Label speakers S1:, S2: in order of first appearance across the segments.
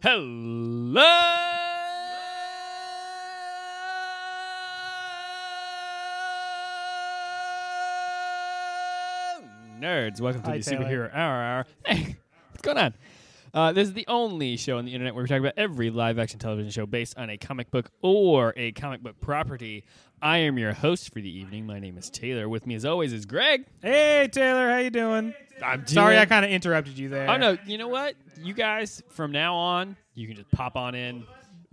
S1: Hello, nerds. Welcome to
S2: Hi,
S1: the
S2: Taylor.
S1: Superhero Hour Hour. Hey, what's going on? Uh, this is the only show on the internet where we talk about every live action television show based on a comic book or a comic book property. I am your host for the evening. My name is Taylor. With me, as always, is Greg.
S2: Hey Taylor, how you doing?
S1: I'm
S2: Sorry, I kind of interrupted you there.
S1: Oh no! You know what? You guys, from now on, you can just pop on in.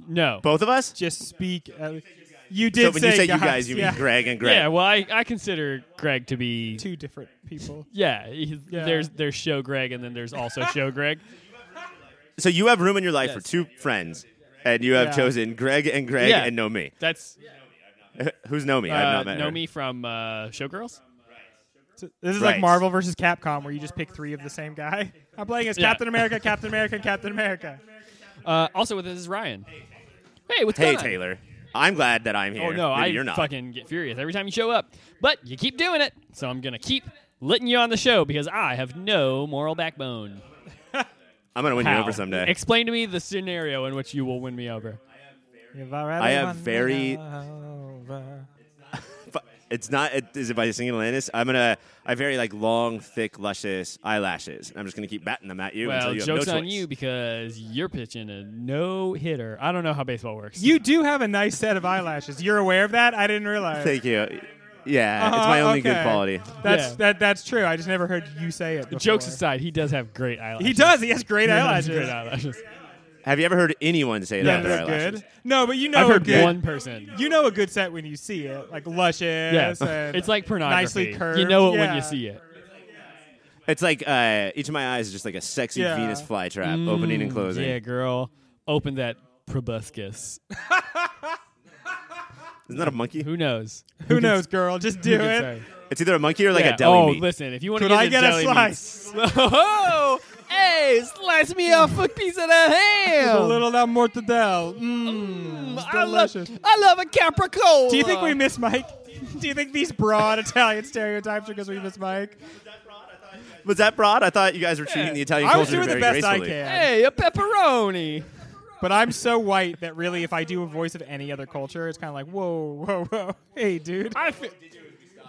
S1: No.
S3: Both of us?
S2: Just speak. Uh, you did
S3: So when
S2: say
S3: you say
S2: guys,
S3: you guys, you
S2: yeah.
S3: mean Greg and Greg.
S1: Yeah. Well, I, I consider Greg to be.
S2: Two different people.
S1: yeah, he-
S2: Yeah.
S1: There's there's show Greg and then there's also show Greg.
S3: So you have room in your life for
S1: Yes.
S3: two friends, and you have
S2: Yeah.
S3: chosen Greg and Greg
S1: Yeah.
S3: and no me.
S1: That's
S3: Who's no me?
S1: uh,
S3: I've not met her.
S1: Nomi from uh, Showgirls.
S2: So this is like
S3: Right.
S2: Marvel versus Capcom, where you just pick three of the same guy. I'm playing as
S1: Yeah.
S2: Captain America, Captain America, and Captain America.
S1: Uh, also with us is Ryan. Hey, what's
S3: Hey
S1: going on?
S3: Taylor, I'm glad that I'm here.
S1: Oh no,
S3: Maybe
S1: I
S3: you're not.
S1: fucking get furious every time you show up, but you keep doing it, so I'm gonna keep letting you on the show because I have no moral backbone.
S3: I'm gonna win you
S1: How?
S3: over someday.
S1: Explain to me the scenario in which you will win me over.
S2: If I, rather
S3: I have
S2: run
S3: very-
S2: over.
S3: Fu- it's not. It, is it by singing Alanis? I'm gonna. I have very like long, thick, luscious eyelashes. I'm just gonna keep batting them at you
S1: Well,
S3: until you have
S1: jokes
S3: no
S1: on
S3: choice.
S1: you because you're pitching a no hitter. I don't know how baseball works.
S2: You do have a nice set of eyelashes. You're aware of that? I didn't realize.
S3: Thank you. Yeah, it's
S2: Uh-huh,
S3: my only good
S2: okay.
S3: quality.
S2: That's
S1: Yeah.
S2: that. That's true. I just never heard you say it. Before.
S1: jokes aside, he does have great eyelashes.
S2: He does. He has great
S1: He has
S2: eyelashes.
S1: Great eyelashes.
S3: Have you ever heard anyone say
S2: Yeah,
S3: that?
S2: they're good. No, but you know
S1: I've
S2: a
S1: heard
S2: good,
S1: one person.
S2: You know a good set when you see it, like luscious.
S1: Yeah,
S2: and
S1: it's like pornography.
S2: Nicely curved.
S1: You know it when
S2: Yeah.
S1: you see it.
S3: It's like uh, each of my eyes is just like a sexy
S2: Yeah.
S3: Venus flytrap, opening and closing.
S1: Mm, Yeah, girl, open that proboscis.
S3: Isn't that a monkey?
S1: Who knows?
S2: Who, knows, girl? Just do
S1: Who can
S2: it.
S1: say?
S3: It's either a monkey or like
S1: Yeah.
S3: a deli
S1: oh,
S3: meat.
S1: listen, if you want to
S2: Could
S1: get
S2: I
S1: into
S2: get a
S1: deli meat-
S2: slice?
S1: Oh, hey, slice me off a piece of the ham.
S3: Oh.
S2: A little that mortadelle. Mmm, it's
S1: I love,
S2: delicious.
S1: I love a capricola.
S2: Do you
S3: Mm.
S2: think we miss Mike? Do you think these broad Italian stereotypes are because we miss Mike?
S3: Was that broad? I thought you guys were treating the Italian
S2: I
S3: culture
S2: was doing the
S3: very
S2: best I
S3: gracefully.
S2: can,
S1: Hey, a pepperoni.
S2: but I'm so white that really, if I do a voice of any other culture, it's kind of like, whoa, whoa, whoa, hey, dude.
S1: I feel,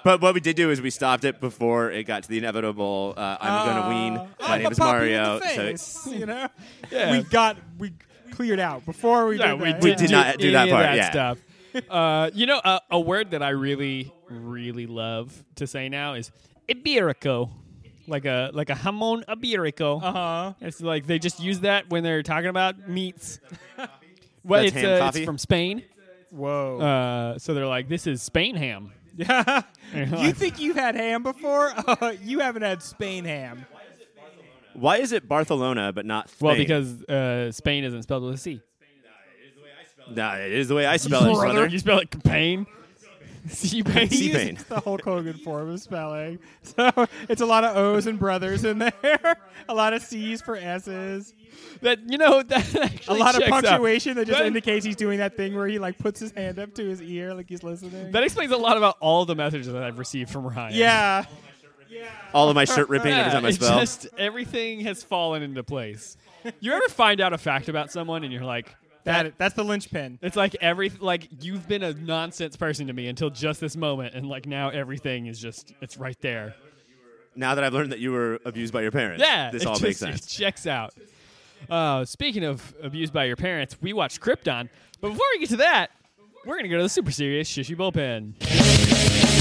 S3: But what we did do is we stopped it before it got to the inevitable. Uh, I'm
S2: Uh,
S3: gonna wean. My
S2: I'm
S3: name
S2: a
S3: is
S2: puppy in
S3: Mario.
S2: the
S3: So
S2: face, you know,
S1: Yeah.
S2: we got we cleared out before we
S1: yeah,
S2: did
S1: we
S2: that.
S3: We did
S2: Yeah.
S3: not do
S1: any
S3: that
S1: of
S3: part,
S1: That
S3: yeah.
S1: stuff. Uh, you know, uh, a word that I really, really love to say now is iberico, like a like a jamon iberico.
S2: Uh-huh.
S1: It's like they just use that when they're talking about meats. well,
S3: That's
S1: it's,
S3: ham
S1: uh, it's
S3: coffee?
S1: from Spain,
S2: Whoa.
S1: uh, so they're like, "This is Spain ham."
S2: Yeah. you
S1: like-
S2: think you've had ham before? Uh, you haven't had Spain ham.
S3: why is it Barcelona but not? Spain?
S1: Well, because uh, Spain isn't spelled with a C.
S3: nah, it is the way I spell it, brother.
S1: You spell it Pain. C
S2: He
S3: C-Pain.
S1: Pain.
S2: uses the Hulk Hogan form of spelling. So it's a lot of O's and brothers in there. A lot of C's for S's.
S1: That you know that
S2: A
S1: actually
S2: lot of
S1: checks out.
S2: punctuation that just
S1: That-
S2: indicates he's doing that thing where he like puts his hand up to his ear like he's listening.
S1: That explains a lot about all the messages that I've received from Ryan.
S2: yeah.
S3: All of my shirt ripping every
S1: Yeah,
S3: time I
S1: it
S3: spell.
S1: just everything has fallen into place. You ever find out a fact about someone and you're like,
S2: That that's the linchpin.
S1: it's like every like you've been a nonsense person to me until just this moment, and like now everything is just it's right there.
S3: now that I've learned that you were abused by your parents,
S1: Yeah,
S3: this
S1: it
S3: all
S1: just-
S3: makes sense.
S1: It checks out. Uh, speaking of abused by your parents, we watched Krypton, but before we get to that, we're gonna go to the super serious shishy bullpen.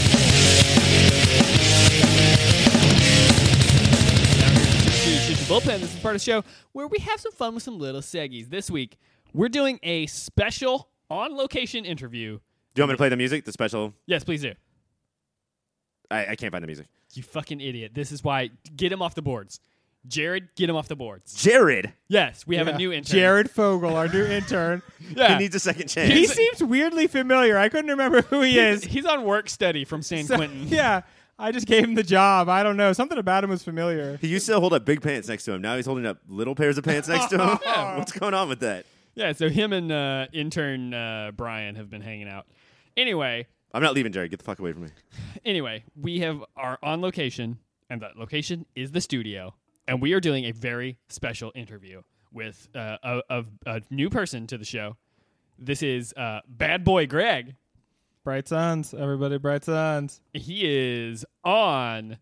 S1: Shishy bullpen. This is part of the show where we have some fun with some little seggies. This week, we're doing a special on-location interview.
S3: Do you want me to play the music? The special?
S1: Yes, please do.
S3: I, I can't find the music.
S1: You fucking idiot. This is why. Get him off the boards, Jared. Get him off the boards.
S3: Jared,
S1: Yes, we have
S2: Yeah.
S1: a new intern.
S2: Jared Fogle, our new intern.
S1: Yeah.
S3: he needs a second
S2: he
S3: chance.
S2: seems weirdly familiar. I couldn't remember who he is.
S1: He's on work study from San
S2: So-
S1: Quentin.
S2: Yeah, I just gave him the job. I don't know. Something about him was familiar.
S3: He used to hold up big pants next to him. Now he's holding up little pairs of pants next to him. What's going on with that?
S1: Yeah, so him and uh, intern uh, Brian have been hanging out. Anyway,
S3: I'm not leaving, Jared. Get the fuck away from me.
S1: anyway, we have are on location, and that location is the studio, and we are doing a very special interview. with uh, a, a, a new person to the show. This is uh, Bad Boy Greg.
S2: Bright Suns, everybody, Bright Suns.
S1: He is on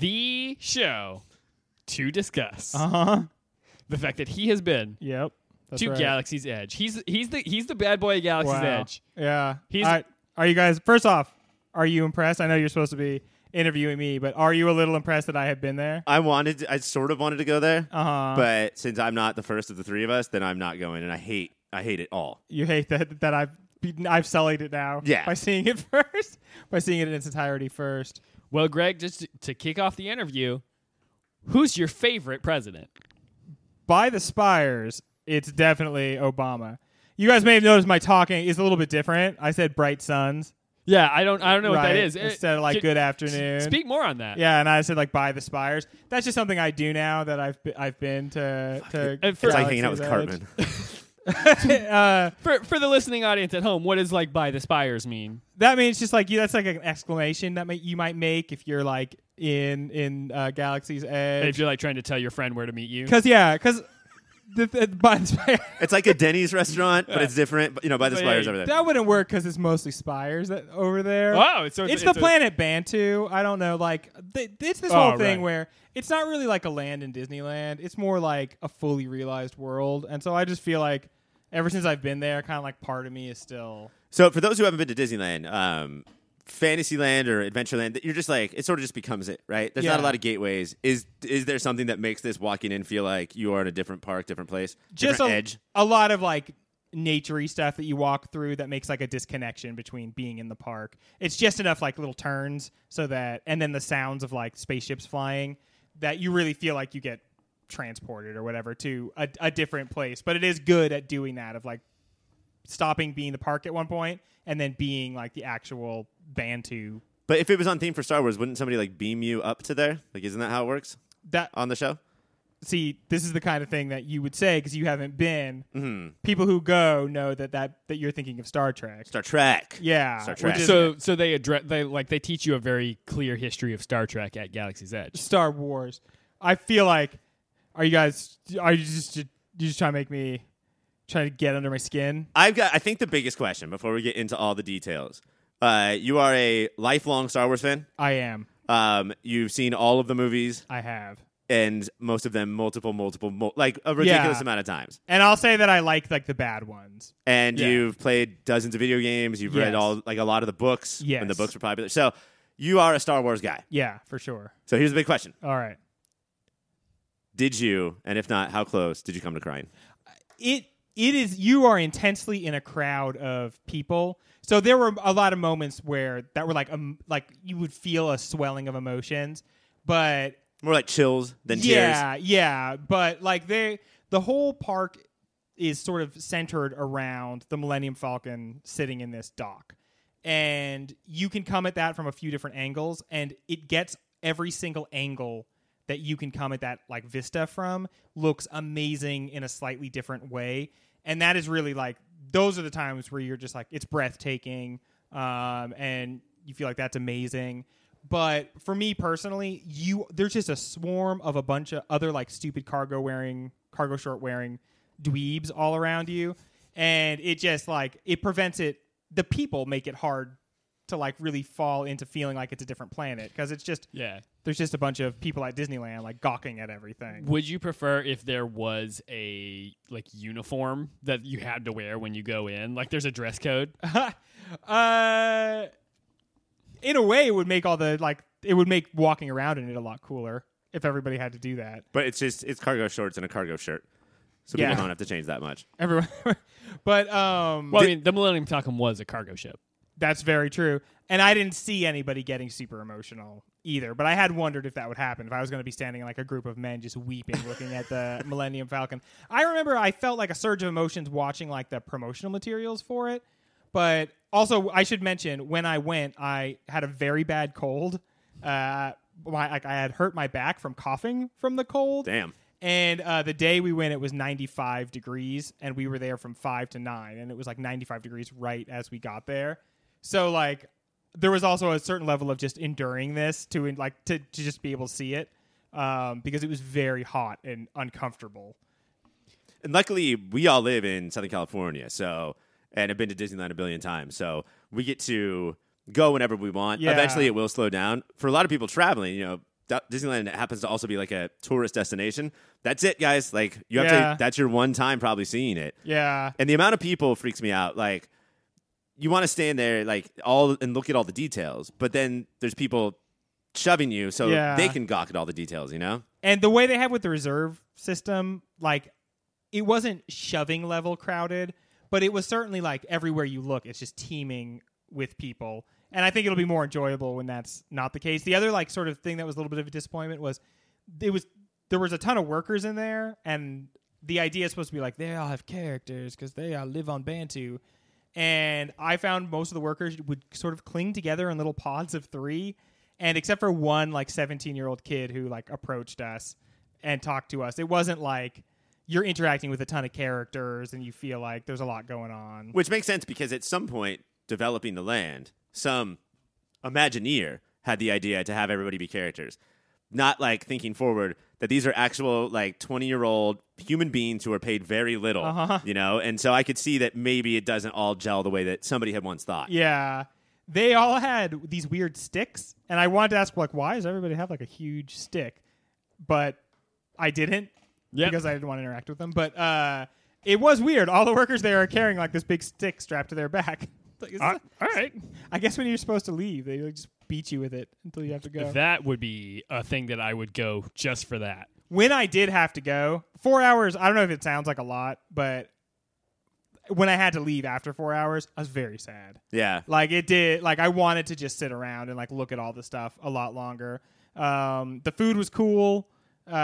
S1: the show to discuss
S2: Uh huh.
S1: the fact that he has been
S2: Yep. That's
S1: to
S2: right.
S1: Uh-huh. Galaxy's Edge. He's he's the he's the bad boy of Galaxy's
S2: Wow.
S1: Edge.
S2: Yeah.
S1: He's-
S2: I- are you guys, first off, are you impressed? I know you're supposed to be interviewing me, but are you a little impressed that I have been there?
S3: I wanted, to, I sort of wanted to go there,
S2: Uh-huh.
S3: but since I'm not the first of the three of us, then I'm not going, and I hate, I hate it all.
S2: You hate that that I've beaten, I've sullied it now.
S3: Yeah.
S2: By seeing it first, by seeing it in its entirety first.
S1: Well, Greg, just to kick off the interview, who's your favorite president?
S2: by the spires, it's definitely Obama. You guys may have noticed my talking is a little bit different. I said bright suns
S1: Yeah, I don't I don't know what that
S2: Right,
S1: is.
S2: instead of, like,
S1: could-
S2: good afternoon.
S1: Speak more on that.
S2: yeah, and I said like by the spires. That's just something I do now that I've be- I've been to. to
S1: It's
S3: It's like
S2: Galaxy's
S3: hanging out with
S2: Edge.
S3: Cartman.
S2: uh,
S1: For for the listening audience at home, what does like by the spires mean?
S2: that means just like you. That's like an exclamation that may, you might make if you're like in in uh, Galaxy's
S1: If
S2: Edge.
S1: you're like trying to tell your friend where to meet you.
S2: Because yeah, because the, the, by the spires.
S3: It's like a Denny's restaurant, but it's different. But, you know, by the
S1: But,
S3: spires
S1: yeah,
S3: over there.
S2: That wouldn't work because it's mostly spires that, over there.
S1: Oh, so
S2: it's,
S1: it's-
S2: the
S1: it's a-
S2: planet Bantu. I don't know. Like, th- it's this
S1: Oh,
S2: whole thing
S1: right.
S2: where it's not really like a land in Disneyland. It's more like a fully realized world. And so I just feel like ever since I've been there, kind of like part of me is still.
S3: So for those who haven't been to Disneyland, um, Fantasyland or Adventureland, you're just like it sort of just becomes it, right? There's not a
S2: Yeah.
S3: lot of gateways. Is is there something that makes this walking in feel like you are in a different park, different place,
S2: Just
S3: different
S2: a,
S3: edge?
S2: a lot of like naturey stuff that you walk through that makes like a disconnection between being in the park. It's just enough like little turns so that, and then the sounds of like spaceships flying that you really feel like you get transported or whatever to a, a different place. But it is good at doing that of like stopping being the park at one point and then being like the actual Bantu.
S3: But if it was on theme for Star Wars, wouldn't somebody like beam you up to there? Like, isn't that how it works
S2: That
S3: on the show?
S2: see, this is the kind of thing that you would say because you haven't been.
S3: Mm-hmm.
S2: People who go know that that that you're thinking of Star Trek.
S3: Star Trek.
S2: Yeah,
S3: Star
S2: which
S3: Trek.
S2: is-
S1: so so they address they like they teach you a very clear history of Star Trek at Galaxy's Edge.
S2: Star Wars. I feel like are you guys are you just you just trying to make me trying to get under my skin?
S3: I've got. I think the biggest question before we get into all the details. Uh, you are a lifelong Star Wars fan.
S2: I am.
S3: Um, you've seen all of the movies
S2: I have.
S3: and most of them multiple, multiple, mul- like a ridiculous
S2: Yeah.
S3: amount of times.
S2: And I'll say that I like like the bad ones.
S3: And
S1: Yeah.
S3: you've played dozens of video games. You've read
S2: Yes.
S3: all like a lot of the books when the
S2: Yes.
S3: books were popular. So you are a Star Wars guy.
S2: Yeah, for sure.
S3: So here's the big question:
S2: All right.
S3: Did you, and if not, how close did you come to crying?
S2: it it is you are intensely in a crowd of people so there were a lot of moments where that were like um, like you would feel a swelling of emotions but
S3: More like chills than tears.
S2: yeah yeah but like they the whole park is sort of centered around the millennium falcon sitting in this dock and you can come at that from a few different angles and it gets every single angle that you can come at that like vista from looks amazing in a slightly different way and that is really like those are the times where you're just like it's breathtaking um, and you feel like that's amazing but for me personally you there's just a swarm of a bunch of other like stupid cargo wearing cargo short wearing dweebs all around you and it just like it prevents it the people make it hard to like really fall into feeling like it's a different planet because it's just
S1: Yeah.
S2: there's just a bunch of people at Disneyland like gawking at everything.
S1: Would you prefer if there was a like uniform that you had to wear when you go in? Like there's a dress code.
S2: uh, in a way, it would make all the like it would make walking around in it a lot cooler if everybody had to do that.
S3: But it's just it's cargo shorts and a cargo shirt, so
S2: Yeah.
S3: people don't have to change that much.
S2: Everyone, but um,
S1: Well, I mean, the Millennium Falcon was a cargo ship.
S2: that's very true. And I didn't see anybody getting super emotional either. But I had wondered if that would happen if I was going to be standing in like a group of men just weeping, looking at the Millennium Falcon. I remember I felt like a surge of emotions watching like the promotional materials for it. But also, I should mention when I went, I had a very bad cold. Uh, my, like I had hurt my back from coughing from the cold.
S3: Damn.
S2: And uh, the day we went, it was 95 degrees, and we were there from 5 to 9, and it was like 95 degrees right as we got there. So, like, there was also a certain level of just enduring this to, like, to, to just be able to see it um, because it was very hot and uncomfortable.
S3: and luckily we all live in Southern California, so and have been to Disneyland a billion times, so we get to go whenever we want.
S2: Yeah.
S3: Eventually, it will slow down for a lot of people traveling. You know, D- Disneyland happens to also be like a tourist destination. That's it, guys. Like you have
S2: Yeah.
S3: to. That's your one time probably seeing it.
S2: Yeah.
S3: And the amount of people freaks me out. Like you want to stand there, like all and look at all the details, but then there's people shoving you so
S2: Yeah.
S3: they can gawk at all the details. You know.
S2: And the way they had with the reserve system, like it wasn't shoving level crowded, but it was certainly like everywhere you look, it's just teeming with people. And I think it'll be more enjoyable when that's not the case. The other like sort of thing that was a little bit of a disappointment was it was there was a ton of workers in there, and the idea is supposed to be like they all have characters because they all live on Bantu. And I found most of the workers would sort of cling together in little pods of three, and except for one like 17 year old kid who like approached us and talked to us, it wasn't like you're interacting with a ton of characters and you feel like there's a lot going on.
S3: Which makes sense because at some point, developing the land, some Imagineer had the idea to have everybody be characters. Not like thinking forward that these are actual like 20 year old human beings who are paid very little,
S2: Uh-huh.
S3: you know? And so I could see that maybe it doesn't all gel the way that somebody had once thought.
S2: Yeah. They all had these weird sticks, and I wanted to ask like why does everybody have like a huge stick? But I didn't
S1: Yep.
S2: because I didn't want to interact with them. But uh it was weird. All the workers there are carrying like this big stick strapped to their back. Like, is
S1: Uh,
S2: that-
S1: all right.
S2: I guess when you're supposed to leave, they like, just beat you with it until you have to go.
S1: That would be a thing that I would go just for that.
S2: when I did have to go, four hours, I don't know if it sounds like a lot, but when I had to leave after four hours, I was very sad.
S3: Yeah.
S2: Like it did. Like I wanted to just sit around and like look at all the stuff a lot longer. Um, the food was cool.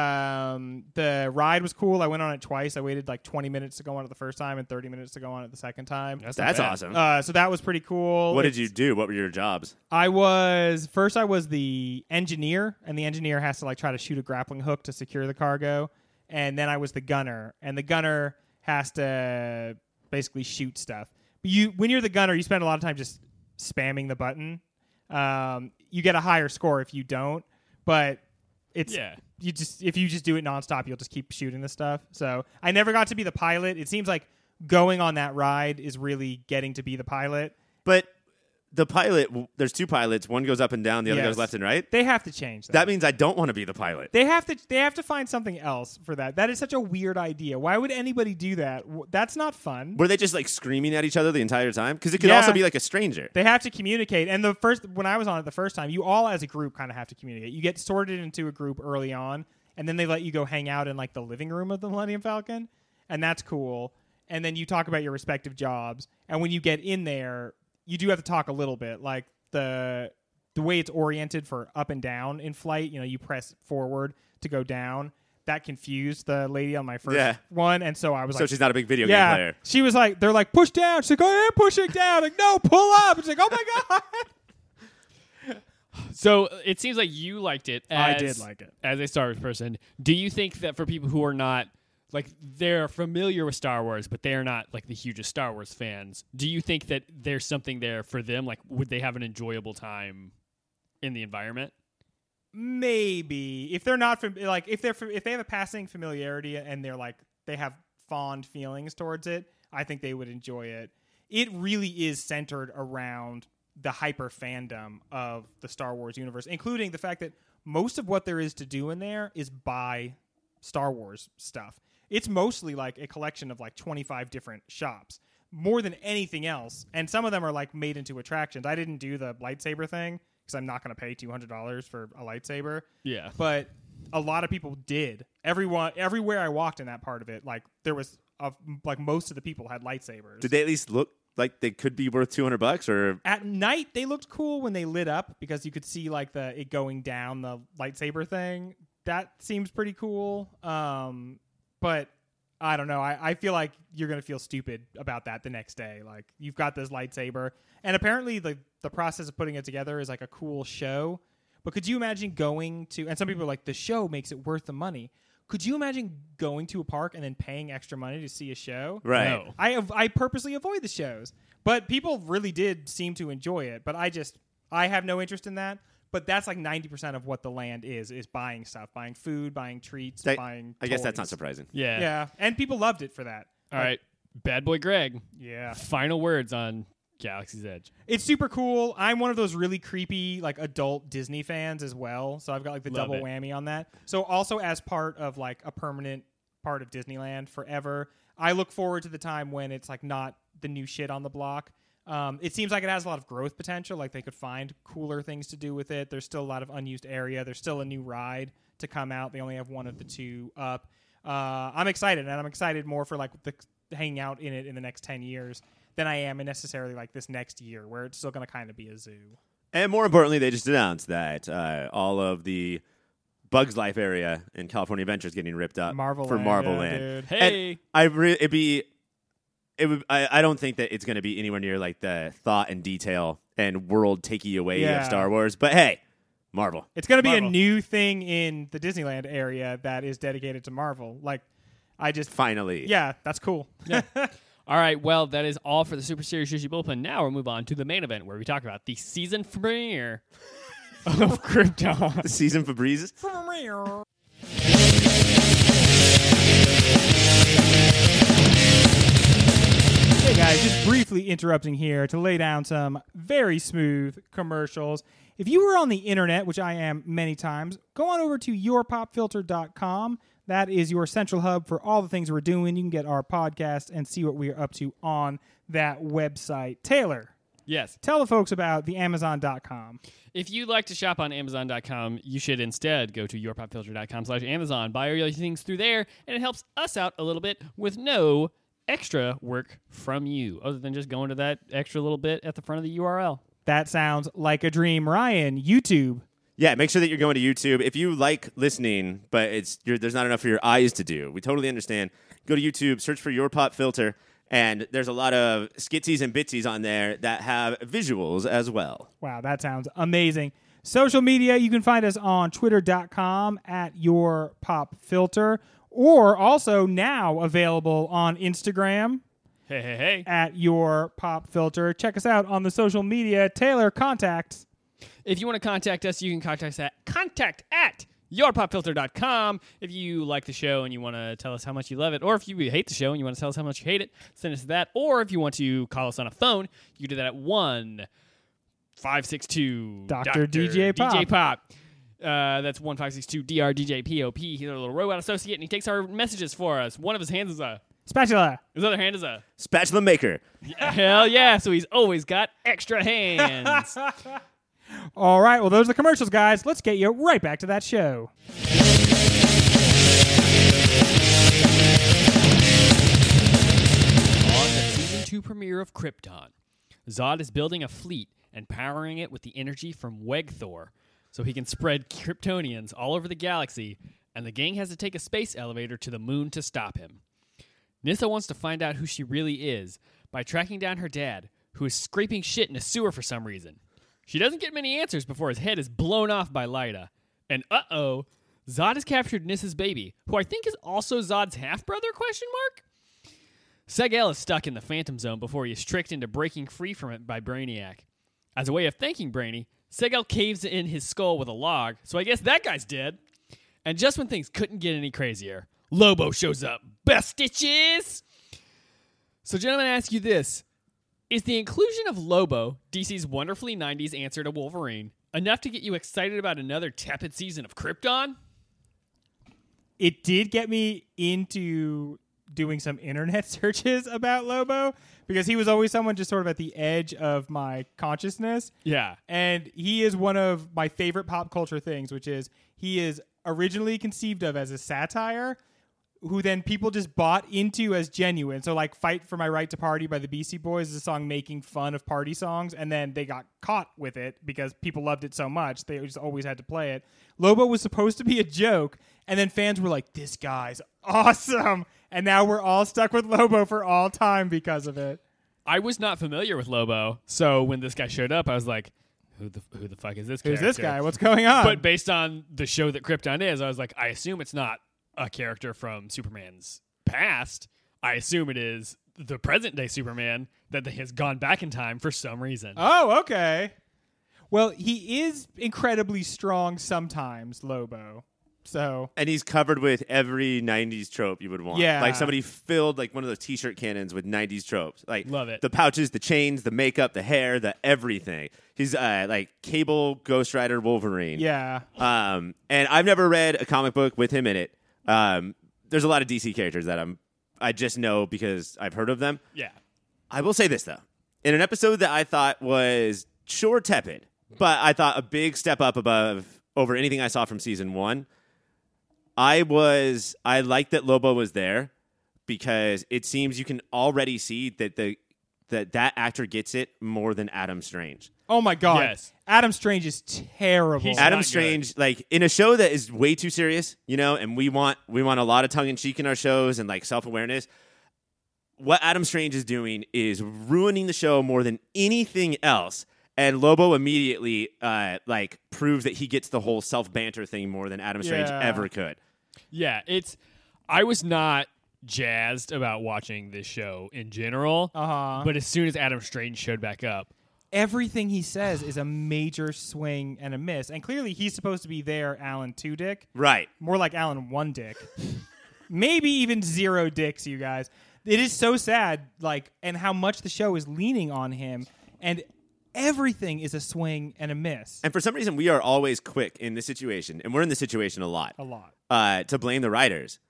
S2: Um, the ride was cool. I went on it twice. I waited like 20 minutes to go on it the first time and 30 minutes to go on it the second time.
S1: That's, not
S3: That's
S1: bad.
S3: awesome.
S2: Uh, so that was pretty cool.
S3: what
S2: It's-
S3: did you do? What were your jobs?
S2: I was first. I was the engineer, and the engineer has to like try to shoot a grappling hook to secure the cargo. And then I was the gunner, and the gunner has to basically shoot stuff. But you, when you're the gunner, you spend a lot of time just spamming the button. Um, you get a higher score if you don't, but it's
S1: Yeah.
S2: you just if you just do it nonstop, you'll just keep shooting this stuff. So I never got to be the pilot. It seems like going on that ride is really getting to be the pilot.
S3: But the pilot, w- there's two pilots. One goes up and down, the other
S2: Yes.
S3: goes left and right.
S2: They have to change that.
S3: That means I don't want to be the pilot.
S2: They have to. They have to find something else for that. That is such a weird idea. Why would anybody do that? W- That's not fun.
S3: Were they just like screaming at each other the entire time? Because it could
S2: Yeah.
S3: also be like a stranger.
S2: They have to communicate. And the first, when I was on it the first time, you all as a group kind of have to communicate. You get sorted into a group early on, and then they let you go hang out in like the living room of the Millennium Falcon, and that's cool. And then you talk about your respective jobs. And when you get in there, you do have to talk a little bit, like the the way it's oriented for up and down in flight. You know, you press forward to go down. That confused the lady on my first
S3: Yeah.
S2: one, and so I was
S3: so
S2: like,
S3: she's not a big video game player.
S2: she was like, they're like, push down. She's like, I am pushing down. Like, no, pull up. It's like, oh my god.
S1: So it seems like you liked it.
S2: I
S1: As,
S2: did like it.
S1: as a Star Wars person. Do you think that for people who are not like they're familiar with Star Wars, but they are not like the hugest Star Wars fans, do you think that there's something there for them? Like, would they have an enjoyable time in the environment?
S2: Maybe if they're not fam- like if they're if they have a passing familiarity and they're like they have fond feelings towards it, I think they would enjoy it. It really is centered around the hyper fandom of the Star Wars universe, including the fact that most of what there is to do in there is buy Star Wars stuff. It's mostly like a collection of like 25 different shops, more than anything else. And some of them are like made into attractions. I didn't do the lightsaber thing because I'm not going to pay $200 for a lightsaber.
S1: Yeah.
S2: But a lot of people did. Everyone, everywhere I walked in that part of it, like there was a, like most of the people had lightsabers.
S3: Did they at least look like they could be worth 200 bucks or
S2: at night they looked cool when they lit up because you could see like the it going down the lightsaber thing that seems pretty cool um but i don't know i, I feel like you're gonna feel stupid about that the next day like you've got this lightsaber and apparently the the process of putting it together is like a cool show but could you imagine going to and some people are like the show makes it worth the money could you imagine going to a park and then paying extra money to see a show
S3: right?
S1: No.
S2: I av- I purposely avoid the shows, but people really did seem to enjoy it. But I just I have no interest in that. But that's like ninety percent of what the land is: is buying stuff, buying food, buying treats,
S3: That-
S2: buying.
S3: I guess that's not
S2: toys.
S3: surprising.
S1: Yeah.
S2: Yeah, and people loved it for that.
S1: All right. Bad boy Greg.
S2: Yeah.
S1: Final words on Galaxy's Edge.
S2: It's super cool. I'm one of those really creepy like adult Disney fans as well, so I've got like the
S1: Love
S2: double
S1: it.
S2: whammy on that. So also as part of like a permanent part of Disneyland forever, I look forward to the time when it's like not the new shit on the block. Um, it seems like it has a lot of growth potential. Like they could find cooler things to do with it. There's still a lot of unused area. There's still a new ride to come out. They only have one of the two up. Uh, I'm excited, and I'm excited more for like the hanging out in it in the next ten years than I am in necessarily like this next year, where it's still going to kind of be a zoo.
S3: And more importantly, they just announced that uh, all of the Bugs Life area in California Adventure is getting ripped up
S2: Marvel
S3: Uh, for
S2: Land,
S3: Marvel
S2: yeah,
S3: Land.
S2: dude.
S3: And
S1: Hey.
S3: I re- it'd be, it would. I, I don't think that it's going to be anywhere near like the thought and detail and world takey away
S2: Yeah.
S3: of Star Wars. But hey, Marvel.
S2: It's going to be a
S1: Marvel.
S2: new thing in the Disneyland area that is dedicated to Marvel. Like, I just
S3: Finally,
S2: yeah, that's cool.
S1: All right, well, that is all for the Super Series Sushi Bullpen. Now we'll move on to the main event where we talk about the season premiere of Krypton.
S3: the season for breezes.
S2: Hey guys, just briefly interrupting here to lay down some very smooth commercials. If you were on the internet, which I am many times, go on over to yourpopfilter.com. That is your central hub for all the things we're doing. You can get our podcast and see what we are up to on that website. Taylor,
S1: yes.
S2: tell the folks about the Amazon.com.
S1: If you'd like to shop on Amazon.com, you should instead go to yourpopfilter.com slash Amazon, buy all your things through there, and it helps us out a little bit with no extra work from you, other than just going to that extra little bit at the front of the URL.
S2: That sounds like a dream. Ryan, YouTube.
S3: Yeah, make sure that you're going to YouTube. If you like listening, but it's you're, there's not enough for your eyes to do, we totally understand. Go to YouTube, search for your pop filter, and there's a lot of skitsies and bitsies on there that have visuals as well.
S2: Wow, that sounds amazing. Social media, you can find us on twitter.com at your pop filter or also now available on Instagram
S1: Hey, hey, hey.
S2: at your pop filter. Check us out on the social media. Taylor, contact.
S1: If you want to contact us, you can contact us at contact at yourpopfilter.com. If you like the show and you want to tell us how much you love it, or if you hate the show and you want to tell us how much you hate it, send us that. Or if you want to call us on a phone, you can do that at 1 562
S2: Dr. DJ Pop.
S1: DJ Pop. Uh, that's one five six two DRDJPOP. He's our little robot associate, and he takes our messages for us. One of his hands is a,
S2: Spatula.
S1: his other hand is a
S3: Spatula maker.
S1: hell yeah. So he's always got extra hands.
S2: All right, well, those are the commercials, guys. Let's get you right back to that show.
S1: On the season two premiere of Krypton, Zod is building a fleet and powering it with the energy from Wegthor, so he can spread Kryptonians all over the galaxy. And the gang has to take a space elevator to the moon to stop him. Nissa wants to find out who she really is by tracking down her dad, who is scraping shit in a sewer for some reason. She doesn't get many answers before his head is blown off by Lyda. And uh oh, Zod has captured Nissa's baby, who I think is also Zod's half brother? Question mark. Segel is stuck in the Phantom Zone before he is tricked into breaking free from it by Brainiac. As a way of thanking Brainy, Segel caves in his skull with a log, so I guess that guy's dead. And just when things couldn't get any crazier, Lobo shows up. Best stitches! So, gentlemen, I ask you this Is the inclusion of Lobo, DC's wonderfully 90s answer to Wolverine, enough to get you excited about another tepid season of Krypton?
S2: it did get me into doing some internet searches about Lobo because he was always someone just sort of at the edge of my consciousness.
S1: Yeah.
S2: And he is one of my favorite pop culture things, which is he is originally conceived of as a satire, who then people just bought into as genuine. So, like, Fight for My Right to Party by the Beastie Boys is a song making fun of party songs, and then they got caught with it because people loved it so much. They just always had to play it. Lobo was supposed to be a joke, and then fans were like, this guy's awesome. And now we're all stuck with Lobo for all time because of it.
S1: I was not familiar with Lobo, so when this guy showed up, I was like, "Who the who the fuck is this?
S2: Who's this guy?
S1: character?
S2: What's going on?
S1: But based on the show that Krypton is, I was like, I assume it's not a character from Superman's past. I assume it is the present day Superman that has gone back in time for some reason.
S2: Oh, okay. Well, he is incredibly strong sometimes, Lobo. So
S3: and he's covered with every 90s trope you would want.
S2: Yeah.
S3: Like somebody filled like one of those t-shirt cannons with 90s tropes. Like
S1: Love it.
S3: The pouches, the chains, the makeup, the hair, the everything. He's uh, like Cable, Ghost Rider, Wolverine.
S2: yeah,
S3: Um, and I've never read a comic book with him in it. Um, there's a lot of DC characters that I'm I just know because I've heard of them.
S1: Yeah.
S3: I will say this though. In an episode that I thought was sure tepid, but I thought a big step up above over anything I saw from season 1, I was I liked that Lobo was there because it seems you can already see that the that that actor gets it more than Adam Strange.
S2: Oh my god.
S1: Yes.
S2: Adam Strange is terrible.
S1: He's-
S3: Adam
S1: not good.
S3: Strange, like in a show that is way too serious, you know, and we want we want a lot of tongue in cheek in our shows and like self awareness. What Adam Strange is doing is ruining the show more than anything else. And Lobo immediately uh, like proves that he gets the whole self banter thing more than Adam Strange
S2: Yeah.
S3: ever could.
S1: Yeah, it's. I was not jazzed about watching this show in general,
S2: Uh-huh.
S1: but as soon as Adam Strange showed back up,
S2: Everything he says is a major swing and a miss. And clearly he's supposed to be there Alan 2 dick,
S3: Right.
S2: more like Alan 1 dick. Maybe even 0 dicks you guys. It is so sad like and how much the show is leaning on him and everything is a swing and a miss.
S3: And for some reason, we are always quick in this situation, and we're in this situation a lot,
S2: A lot.
S3: uh, to blame the writers.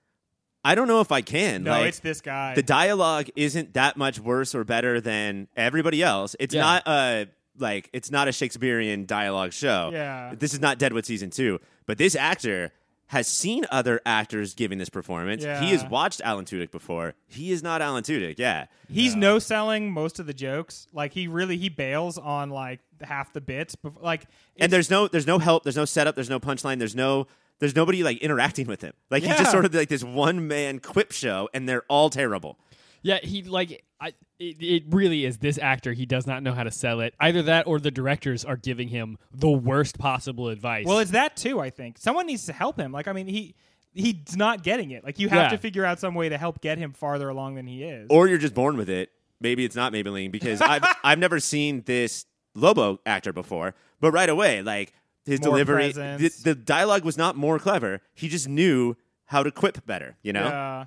S3: I don't know if I can.
S2: No,
S3: like,
S2: it's this guy.
S3: the dialogue isn't that much worse or better than everybody else. It's
S1: Yeah.
S3: not a like it's not a Shakespearean dialogue show.
S2: Yeah.
S3: This is not Deadwood season 2, but this actor has seen other actors giving this performance. He has
S2: Yeah.
S3: watched Alan Tudyk before. He is not Alan Tudyk. Yeah.
S2: He's no selling most of the jokes. Like he really he bails on like half the bits. Bef- like
S3: and there's no there's no help, there's no setup, there's no punchline, there's no there's nobody like interacting with him. Like he's
S2: Yeah.
S3: just sort of like this one man quip show and they're all terrible.
S1: yeah, he like. I, it, it really is this actor. He does not know how to sell it. Either that, or the directors are giving him the worst possible advice.
S2: Well, it's that too. I think someone needs to help him. Like, I mean, he he's not getting it. Like, you have
S1: Yeah.
S2: to figure out some way to help get him farther along than he is.
S3: or you're just born with it. Maybe it's not Maybelline because I've I've never seen this Lobo actor before. But right away, like his
S2: More
S3: delivery, the,
S2: presence.
S3: the dialogue was not more clever. He just knew how to quip better. You know,
S2: Yeah.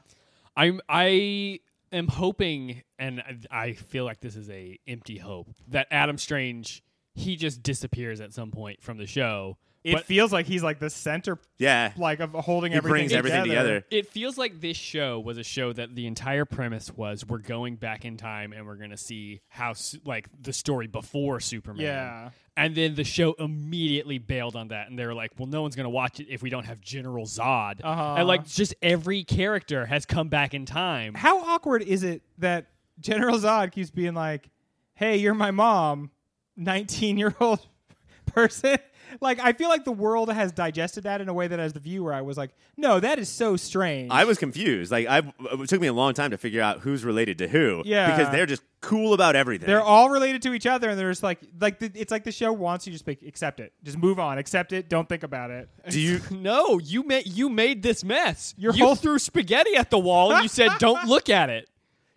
S1: I'm I am hoping, and I- I feel like this is a empty hope that Adam Strange he just disappears at some point from the show.
S2: it
S1: but
S2: feels like he's like the center,
S3: yeah.
S2: like of holding
S3: he
S2: everything.
S3: brings everything together.
S1: it feels like this show was a show that the entire premise was we're going back in time and we're going to see how su- like the story before Superman.
S2: Yeah.
S1: And then the show immediately bailed on that, and they were like, "Well, no one's going to watch it if we don't have General Zod."
S2: Uh-huh.
S1: And like, just every character has come back in time.
S2: How awkward is it that General Zod keeps being like, "Hey, you're my mom," nineteen year old person. Like, I feel like the world has digested that in a way that, as the viewer, I was like, "No, that is so strange."
S3: I was confused. Like I, it took me a long time to figure out who's related to who.
S2: Yeah.
S3: because they're just cool about everything.
S2: They're all related to each other, and they're just like like the, it's like the show wants you to just like, accept it, just move on, accept it, don't think about it.
S3: Do you?
S1: No, you made you made this mess.
S2: Your
S1: you
S2: whole-
S1: threw spaghetti at the wall and you said, "Don't look at it."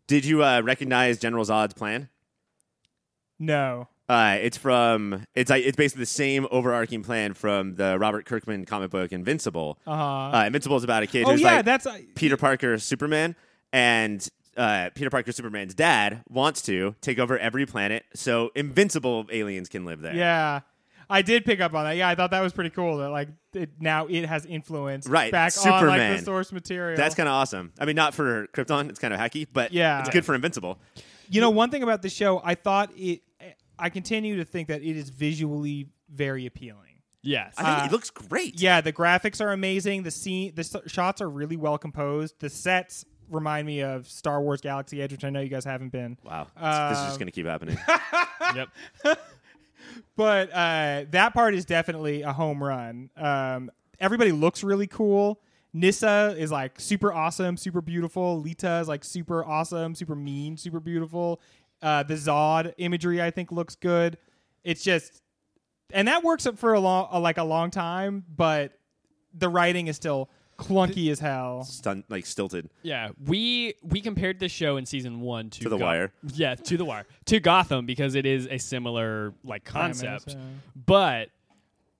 S3: Did you uh, recognize General Zod's plan?
S2: No,
S3: Uh, it's from it's like it's basically the same overarching plan from the Robert Kirkman comic book Invincible.
S2: uh,
S3: Uh, Invincible is about a kid
S2: oh
S3: who's
S2: yeah,
S3: like
S2: that's uh,
S3: Peter Parker Superman, and uh, Peter Parker Superman's dad wants to take over every planet so invincible aliens can live there.
S2: yeah. I did pick up on that. Yeah, I thought that was pretty cool. That like it, now it has influence
S3: Right,
S2: back on like the
S3: Superman.
S2: source material.
S3: That's kind of awesome. I mean, not for Krypton, it's kind of hacky, but
S2: Yeah.
S3: it's good for Invincible.
S2: You know, one thing about the show, I thought it. I continue to think that it is visually very appealing.
S1: Yes.
S3: I think
S2: Uh,
S3: it looks great.
S2: Yeah, the graphics are amazing. The scene, the s- shots are really well composed. The sets remind me of Star Wars Galaxy Edge, which I know you guys haven't been.
S3: Wow, this is
S2: um,
S3: just gonna keep happening.
S1: yep.
S2: But uh, that part is definitely a home run. Um, everybody looks really cool. Nissa is like super awesome, super beautiful. Lita is like super awesome, super mean, super beautiful. Uh, the Zod imagery I think looks good. It's just, and that works up for a long, like a long time, but the writing is still clunky as hell.
S3: Stunt like stilted.
S1: Yeah, we we compared this show in season one to,
S3: To The Wire.
S1: Yeah, to the Wire to Gotham because it is a similar like
S2: Premise,
S1: concept.
S2: yeah.
S1: But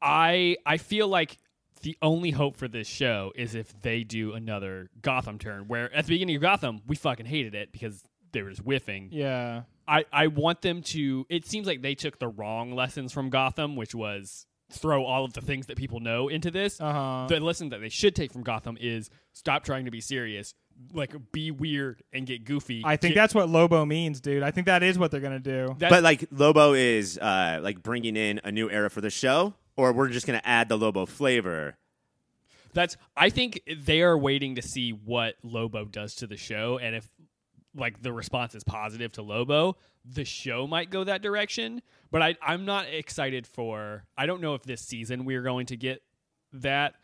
S1: I I feel like the only hope for this show is if they do another Gotham turn. Where at the beginning of Gotham, we fucking hated it because they were just whiffing.
S2: Yeah.
S1: I, I want them to it seems like they took the wrong lessons from Gotham, which was throw all of the things that people know into this.
S2: Uh-huh.
S1: The lesson that they should take from Gotham is stop trying to be serious, like be weird and get goofy.
S2: I think
S1: Get-
S2: that's what Lobo means, dude. I think that is what they're gonna do.
S1: That-
S3: but like Lobo is uh, like bringing in a new era for the show, or we're just gonna add the Lobo flavor.
S1: that's I think they are waiting to see what Lobo does to the show and if like the response is positive to Lobo, the show might go that direction. But I I'm not excited for I don't know if this season we're going to get that.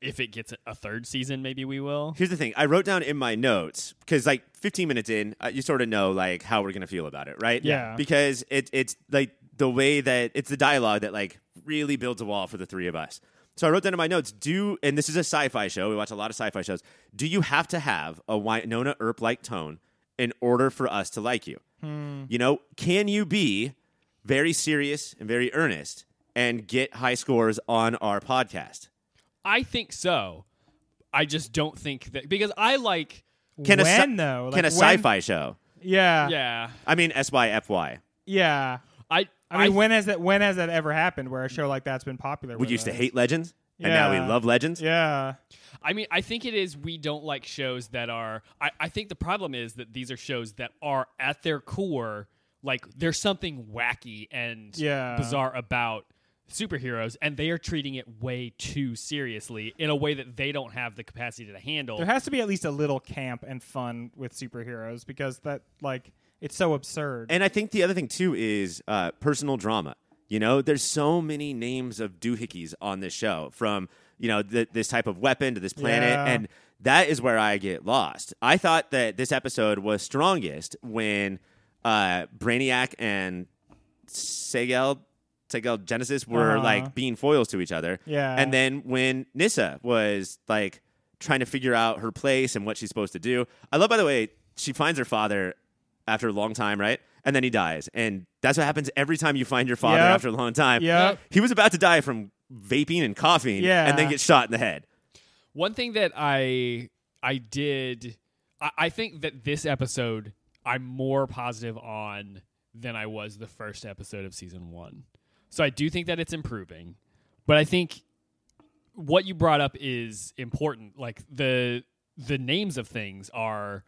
S1: If it gets a third season, maybe we will.
S3: Here's the thing: I wrote down in my notes because like 15 minutes in, uh, you sort of know like how we're gonna feel about it, right?
S2: Yeah.
S3: Because it it's like the way that it's the dialogue that like really builds a wall for the three of us. So I wrote down in my notes: Do and this is a sci-fi show. We watch a lot of sci-fi shows. Do you have to have a Winona Earp-like tone in order for us to like you?
S2: Hmm.
S3: You know, can you be very serious and very earnest and get high scores on our podcast?
S1: I think so. I just don't think that because I like
S3: Can a sci-
S2: when though? Like,
S3: can a
S2: when-
S3: sci-fi show?
S2: Yeah. Yeah.
S1: yeah.
S3: I mean, S Y F Y.
S2: Yeah.
S1: I
S2: I mean, when has that? When has that ever happened? Where a show like that's been popular?
S3: We
S2: with
S3: used to
S2: us?
S3: hate legends, and now we
S2: Uh, Yeah.
S3: love legends.
S2: Yeah.
S1: I mean I think it is we don't like shows that are I, I think the problem is that these are shows that are at their core like there's something wacky and
S2: Yeah.
S1: bizarre about superheroes and they are treating it way too seriously in a way that they don't have the capacity to handle.
S2: There has to be at least a little camp and fun with superheroes because that like it's so absurd.
S3: And I think the other thing too is uh, personal drama. You know, there's so many names of doohickeys on this show, from you know th- this type of weapon to this planet,
S2: Yeah.
S3: and that is where I get lost. I thought that this episode was strongest when uh, Brainiac and Segel. Segel Genesis were
S2: Uh-huh.
S3: like being foils to each other.
S2: Yeah.
S3: And then when Nissa was like trying to figure out her place and what she's supposed to do. I love by the way, she finds her father after a long time, right? And then he dies. And that's what happens every time you find your father
S2: Yep.
S3: after a long time.
S2: Yep.
S3: He was about to die from vaping and coughing
S2: Yeah.
S3: and then get shot in the head.
S1: One thing that I I did I, I think that this episode I'm more positive on than I was the first episode of season one. So I do think that it's improving. But I think what you brought up is important. Like the the names of things are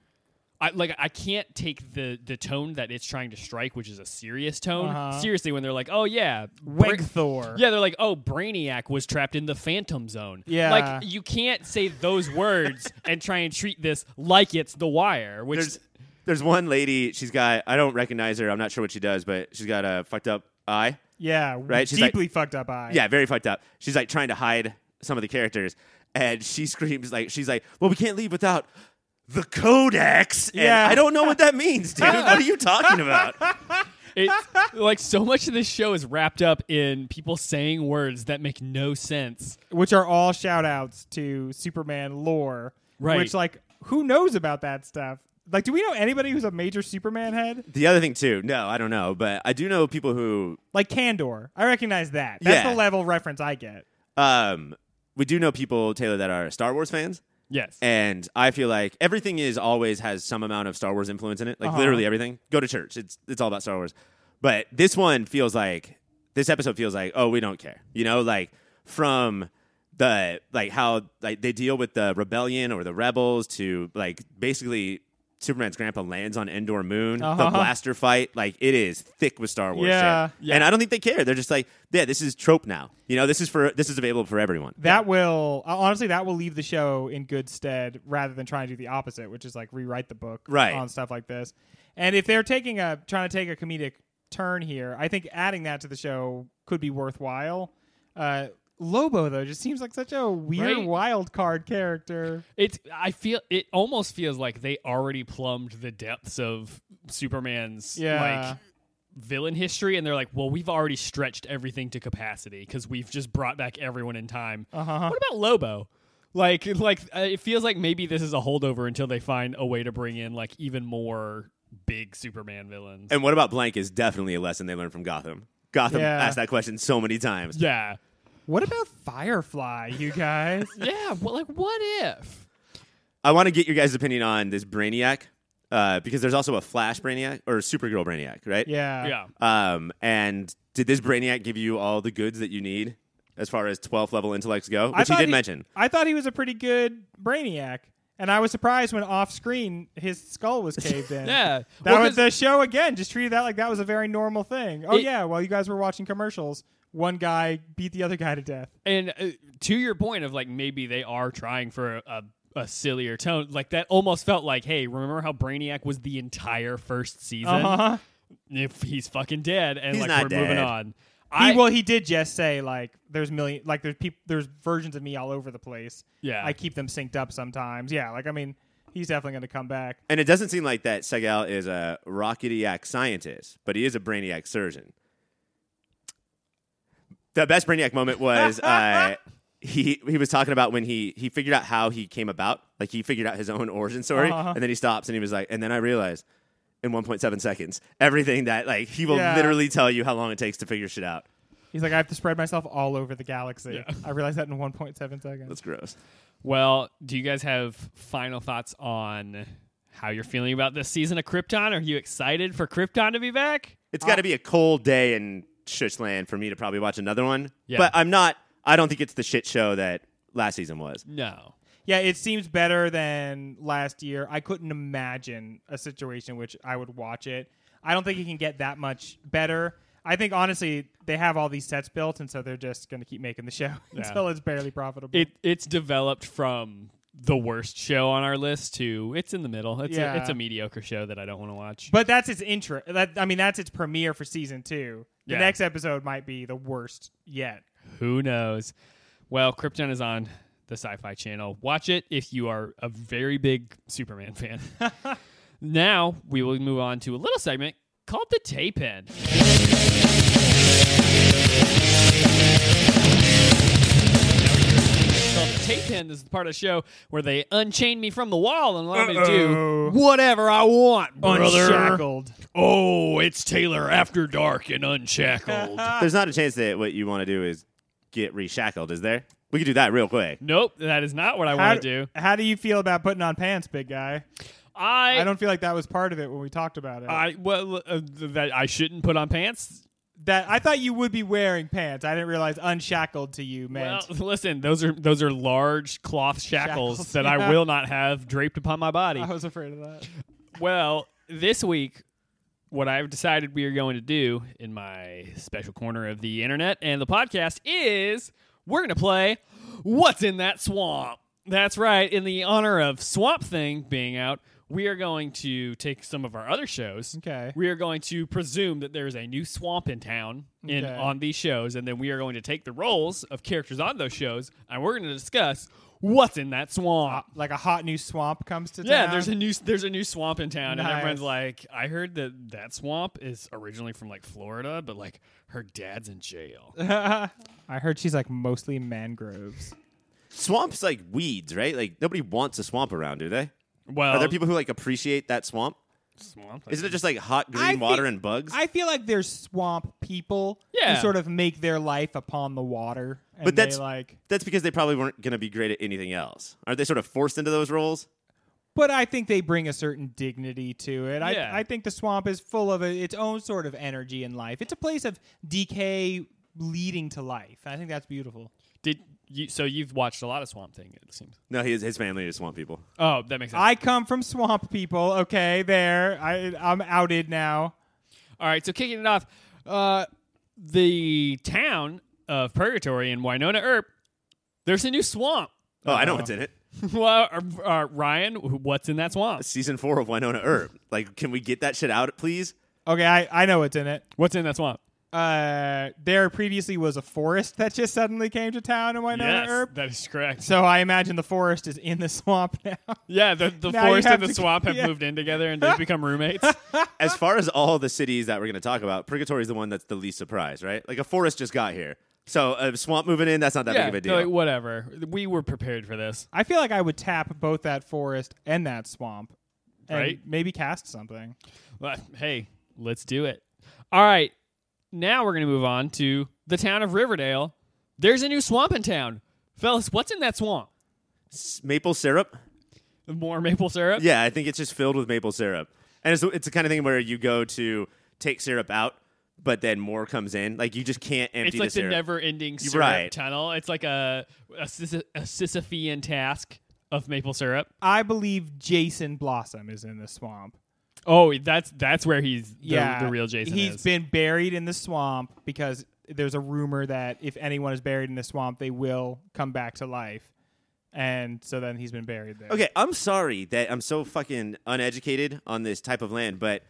S1: I like I can't take the the tone that it's trying to strike, which is a serious tone,
S2: Uh-huh.
S1: seriously when they're like, Oh yeah, Bra-
S2: Wegthor.
S1: yeah, they're like, oh, Brainiac was trapped in the Phantom Zone.
S2: Yeah.
S1: Like, you can't say those words and try and treat this like it's The Wire, which.
S3: There's there's one lady, she's got I don't recognize her, I'm not sure what she does, but she's got a fucked up eye.
S2: Yeah.
S3: Right, she's like-
S2: Deeply fucked up eye.
S3: Yeah, very fucked up. She's like trying to hide some of the characters, and she screams like she's like, "Well, we can't leave without the codex." And
S2: Yeah.
S3: I don't know what that means, dude. what are you talking about?
S1: it's like so much of this show is wrapped up in people saying words that make no sense.
S2: Which are all shout outs to Superman lore.
S1: Right.
S2: Which like who knows about that stuff? Like, do we know anybody who's a major Superman head?
S3: The other thing too, no, I don't know, but I do know people who,
S2: Like Candor. I recognize that. That's
S3: Yeah.
S2: the level reference I get.
S3: um, we do know people Taylor that are Star Wars fans,
S1: Yes.
S3: and I feel like everything is always has some amount of Star Wars influence in it. Like
S2: Uh-huh.
S3: literally everything. Go to church; it's it's all about Star Wars. But this one feels like this episode feels like oh we don't care, you know, like from the like how like they deal with the rebellion or the rebels to like basically Superman's grandpa lands on Endor Moon, the
S2: Uh-huh.
S3: blaster fight. Like it is thick with Star Wars.
S2: Yeah.
S3: shit. and I don't think they care. They're just like yeah, this is trope now. You know, this is for this is available for everyone.
S2: That will uh, honestly that will leave the show in good stead rather than trying to do the opposite, which is like rewrite the book
S3: Right.
S2: on stuff like this. And if they're taking a trying to take a comedic turn here, I think adding that to the show could be worthwhile. Uh, Lobo though just seems like such a weird
S1: Right.
S2: wild card character.
S1: It's I feel it almost feels like they already plumbed the depths of Superman's
S2: Yeah.
S1: like villain history and they're like, "Well, we've already stretched everything to capacity cuz we've just brought back everyone in time."
S2: Uh-huh.
S1: What about Lobo? Like, like uh, it feels like maybe this is a holdover until they find a way to bring in like even more big Superman villains.
S3: And what about blank is definitely a lesson they learned from Gotham. Gotham
S2: Yeah.
S3: asked that question so many times.
S1: yeah,
S2: What about Firefly, you guys?
S1: yeah. Well, like, what if?
S3: I want to get your guys' opinion on this Brainiac uh, because there's also a Flash Brainiac or Supergirl Brainiac, right?
S2: yeah.
S1: yeah.
S3: Um, and did this Brainiac give you all the goods that you need as far as 12th level intellects go? Which he
S2: thought
S3: did mention.
S2: I thought he was a pretty good brainiac, and I was surprised when off screen his skull was caved in.
S1: Yeah.
S2: that
S1: Well, 'cause-
S2: was the show again. Just treated that like that was a very normal thing. Oh
S1: It-
S2: yeah, while you guys were watching commercials, one guy beat the other guy to death.
S1: And uh, to your point of like maybe they are trying for a, a sillier tone, like that almost felt like, hey, remember how Brainiac was the entire first season?
S2: Uh-huh.
S1: If he's fucking dead, and
S3: He's
S1: like
S3: not
S1: we're moving
S3: dead.
S1: on.
S2: He,
S1: I
S2: well, he did just say like there's million like there's people there's versions of me all over the place.
S1: Yeah.
S2: I keep them synced up sometimes. Yeah, like I mean, he's definitely going to come back.
S3: And it doesn't seem like that Segal is a rocketyac scientist, but he is a brainiac surgeon. The best brainiac moment was uh, he he was talking about when he he figured out how he came about, like he figured out his own origin story,
S2: Uh-huh.
S3: and then he stops and he was like, and then I realized in 1.7 seconds everything that like he will
S2: Yeah.
S3: literally tell you how long it takes to figure shit out.
S2: He's like, I have to spread myself all over the galaxy.
S1: Yeah.
S2: I realized that in 1.7 seconds.
S3: That's gross.
S1: Well, do you guys have final thoughts on how you're feeling about this season of Krypton? Are you excited for Krypton to be back?
S3: It's got to be a cold day in Shushland for me to probably watch another one.
S1: Yeah.
S3: But I'm not. I don't think it's the shit show that last season was.
S1: No.
S2: Yeah, it seems better than last year. I couldn't imagine a situation in which I would watch it. I don't think it can get that much better. I think honestly, they have all these sets built, and so they're just going to keep making the show until it's barely profitable.
S1: It it's developed from the worst show on our list to it's in the middle. It's
S2: Yeah.
S1: a, it's a mediocre show that I don't want to watch.
S2: but that's its intro. That I mean, that's its premiere for season two. The
S1: Yeah.
S2: next episode might be the worst yet.
S1: Who knows? Well, Krypton is on the Sci Fi Channel. Watch it if you are a very big Superman fan. now we will move on to a little segment called The Tape End. Called The Tape End is the part of the show where they unchain me from the wall and allow me to do
S2: Uh-oh.
S1: whatever I want, brother.
S2: Unshackled.
S1: Oh, it's Taylor after dark and unshackled.
S3: There's not a chance that what you want to do is get reshackled, is there? We could do that real quick.
S1: nope, that is not what I
S2: How,
S1: want to do.
S2: how do you feel about putting on pants, big guy?
S1: I
S2: I don't feel like that was part of it when we talked about it.
S1: I well uh, that I shouldn't put on pants.
S2: that I thought you would be wearing pants. I didn't realize unshackled to you meant.
S1: Well, listen, those are those are large cloth shackles,
S2: Shackles,
S1: that I
S2: yeah. Oh.
S1: will not have draped upon my body.
S2: I was afraid of that.
S1: Well, this week, what I've decided we are going to do in my special corner of the internet and the podcast is we're going to play What's in That Swamp? That's right. In the honor of Swamp Thing being out, we are going to take some of our other shows.
S2: Okay.
S1: We are going to presume that there is a new swamp in town in,
S2: Okay.
S1: on these shows, and then we are going to take the roles of characters on those shows, and we're going to discuss what's in that swamp.
S2: Like a hot new swamp comes to
S1: Yeah,
S2: town.
S1: there's a new there's a new swamp in town, and
S2: Nice.
S1: everyone's like, "I heard that that swamp is originally from like Florida, but like her dad's in jail."
S2: I heard she's like mostly mangroves.
S3: Swamps like weeds, right? Like nobody wants a swamp around, do they?
S1: Well,
S3: Are
S2: Um,
S3: there people who like appreciate that swamp?
S1: swamp?
S3: Isn't it just like hot green
S2: I think-
S3: water and bugs?
S2: I feel like there's swamp people
S1: Yeah.
S2: who sort of make their life upon the water. And
S3: But that's-
S2: they like
S3: That's because they probably weren't going to be great at anything else. Aren't they sort of forced into those roles?
S2: But I think they bring a certain dignity to it.
S1: Yeah.
S2: I, I think the swamp is full of a, its own sort of energy and life. It's a place of decay leading to life. I think that's beautiful.
S1: did you? So you've watched a lot of Swamp Thing. It seems.
S3: No, his, his family is swamp people.
S1: Oh, that makes sense.
S2: I come from swamp people. Okay, there. I, I'm outed now.
S1: All right, so kicking it off, uh, the town of Purgatory in Winona Earp. There's a new swamp.
S3: Oh, I know what's in it.
S1: well, uh, uh, Ryan, what's in that swamp?
S3: Season four of Winona Earp. Like, can we get that shit out, please?
S2: Okay, I, I know what's in it.
S1: What's in that swamp?
S2: Uh, there previously was a forest that just suddenly came to town in Winona
S1: yes,
S2: Earp.
S1: that is correct.
S2: So I imagine the forest is in the swamp now.
S1: Yeah, the, the
S2: Now you
S1: forest
S2: have
S1: and the
S2: to-
S1: swamp have
S2: yeah.
S1: moved in together and they've become roommates.
S3: As far as all the cities that we're going to talk about, Purgatory is the one that's the least surprise, right? Like, a forest just got here. So a swamp moving in, that's not that
S1: yeah,
S3: big of a
S1: no,
S3: deal.
S1: like, whatever. We were prepared for this.
S2: I feel like I would tap both that forest and that swamp, and
S1: Right.
S2: Maybe cast something.
S1: Well, hey, let's do it. All right. Now we're going to move on to the town of Riverdale. There's a new swamp in town. Fellas, what's in that swamp?
S3: S- maple syrup?
S1: More maple syrup?
S3: Yeah, I think it's just filled with maple syrup. And it's, it's the kind of thing where you go to take syrup out, but then more comes in. Like you just can't empty
S1: It's like the
S3: syrup.
S1: never-ending syrup
S3: right.
S1: tunnel. It's like a a, Sis- a Sisyphean task of maple syrup.
S2: I believe Jason Blossom is in the swamp.
S1: Oh, that's that's where he's the,
S2: yeah,
S1: the real Jason
S2: He's
S1: is.
S2: been buried in the swamp because there's a rumor that if anyone is buried in the swamp, they will come back to life, and so then he's been buried there.
S3: Okay, I'm sorry that I'm so fucking uneducated on this type of land, but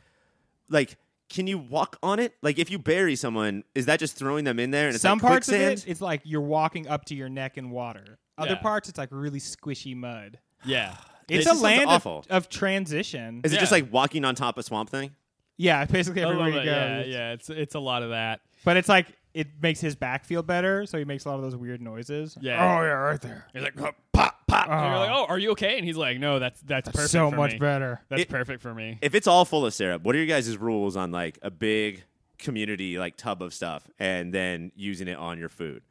S3: like, can you walk on it? Like, if you bury someone, is that just throwing them in there? And it's
S2: Some
S3: like
S2: parts
S3: quicksand?
S2: of it, it's like you're walking up to your neck in water. Other
S1: Yeah.
S2: parts, it's like really squishy mud.
S1: yeah.
S2: It's
S3: This
S2: a
S3: sounds
S2: land of,
S3: awful.
S2: of transition.
S3: Is it just
S1: Yeah.
S3: like walking on top of swamp thing?
S2: yeah, basically
S1: A
S2: everywhere
S1: little
S2: you go.
S1: bit, Oh, yeah, yeah, it's it's a lot of that.
S2: But it's like it makes his back feel better, so he makes a lot of those weird noises.
S1: Yeah.
S2: Oh yeah, right there.
S1: He's like "Oh, pop pop. And you're
S2: Oh.
S1: like, "Oh, are you okay?" And he's like, "No, that's that's, perfect
S2: so
S1: for
S2: much
S1: me.
S2: better.
S1: That's
S3: It-
S1: perfect for me."
S3: If it's all full of syrup, what are your guys' rules on like a big community like tub of stuff and then using it on your food?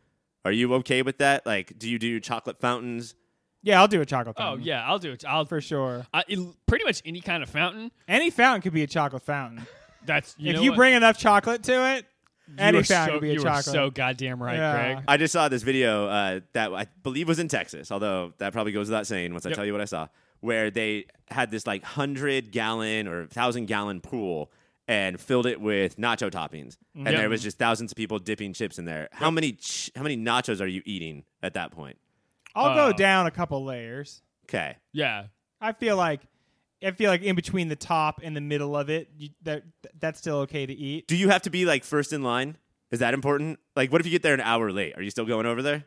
S3: Are you okay with that? Like, do you do chocolate fountains?
S2: Yeah, I'll do a chocolate
S1: Oh
S2: fountain.
S1: yeah, I'll do it. I'll
S2: for sure.
S1: I, it- pretty much any kind of fountain.
S2: Any fountain could be a chocolate fountain.
S1: That's you
S2: if
S1: know
S2: you
S1: what?
S2: bring enough chocolate to it,
S1: you
S2: any
S1: are
S2: fountain
S1: so,
S2: could be a
S1: you are
S2: chocolate.
S1: so goddamn right,
S2: Yeah.
S1: Greg.
S3: I just saw this video uh, that I believe was in Texas, although that probably goes without saying once I
S1: Yep.
S3: tell you what I saw, where they had this like 100 gallon or 1,000 gallon pool and filled it with nacho toppings. And
S1: Mm-hmm. Yep.
S3: there was just thousands of people dipping chips in there. How many ch- how many nachos are you eating at that point?
S2: I'll
S1: Oh.
S2: go down a couple layers.
S3: Okay.
S1: Yeah,
S2: I feel like I feel like in between the top and the middle of it, you, that that's still okay to eat.
S3: Do you have to be like first in line? Is that important? Like, what if you get there an hour late? Are you still going over there?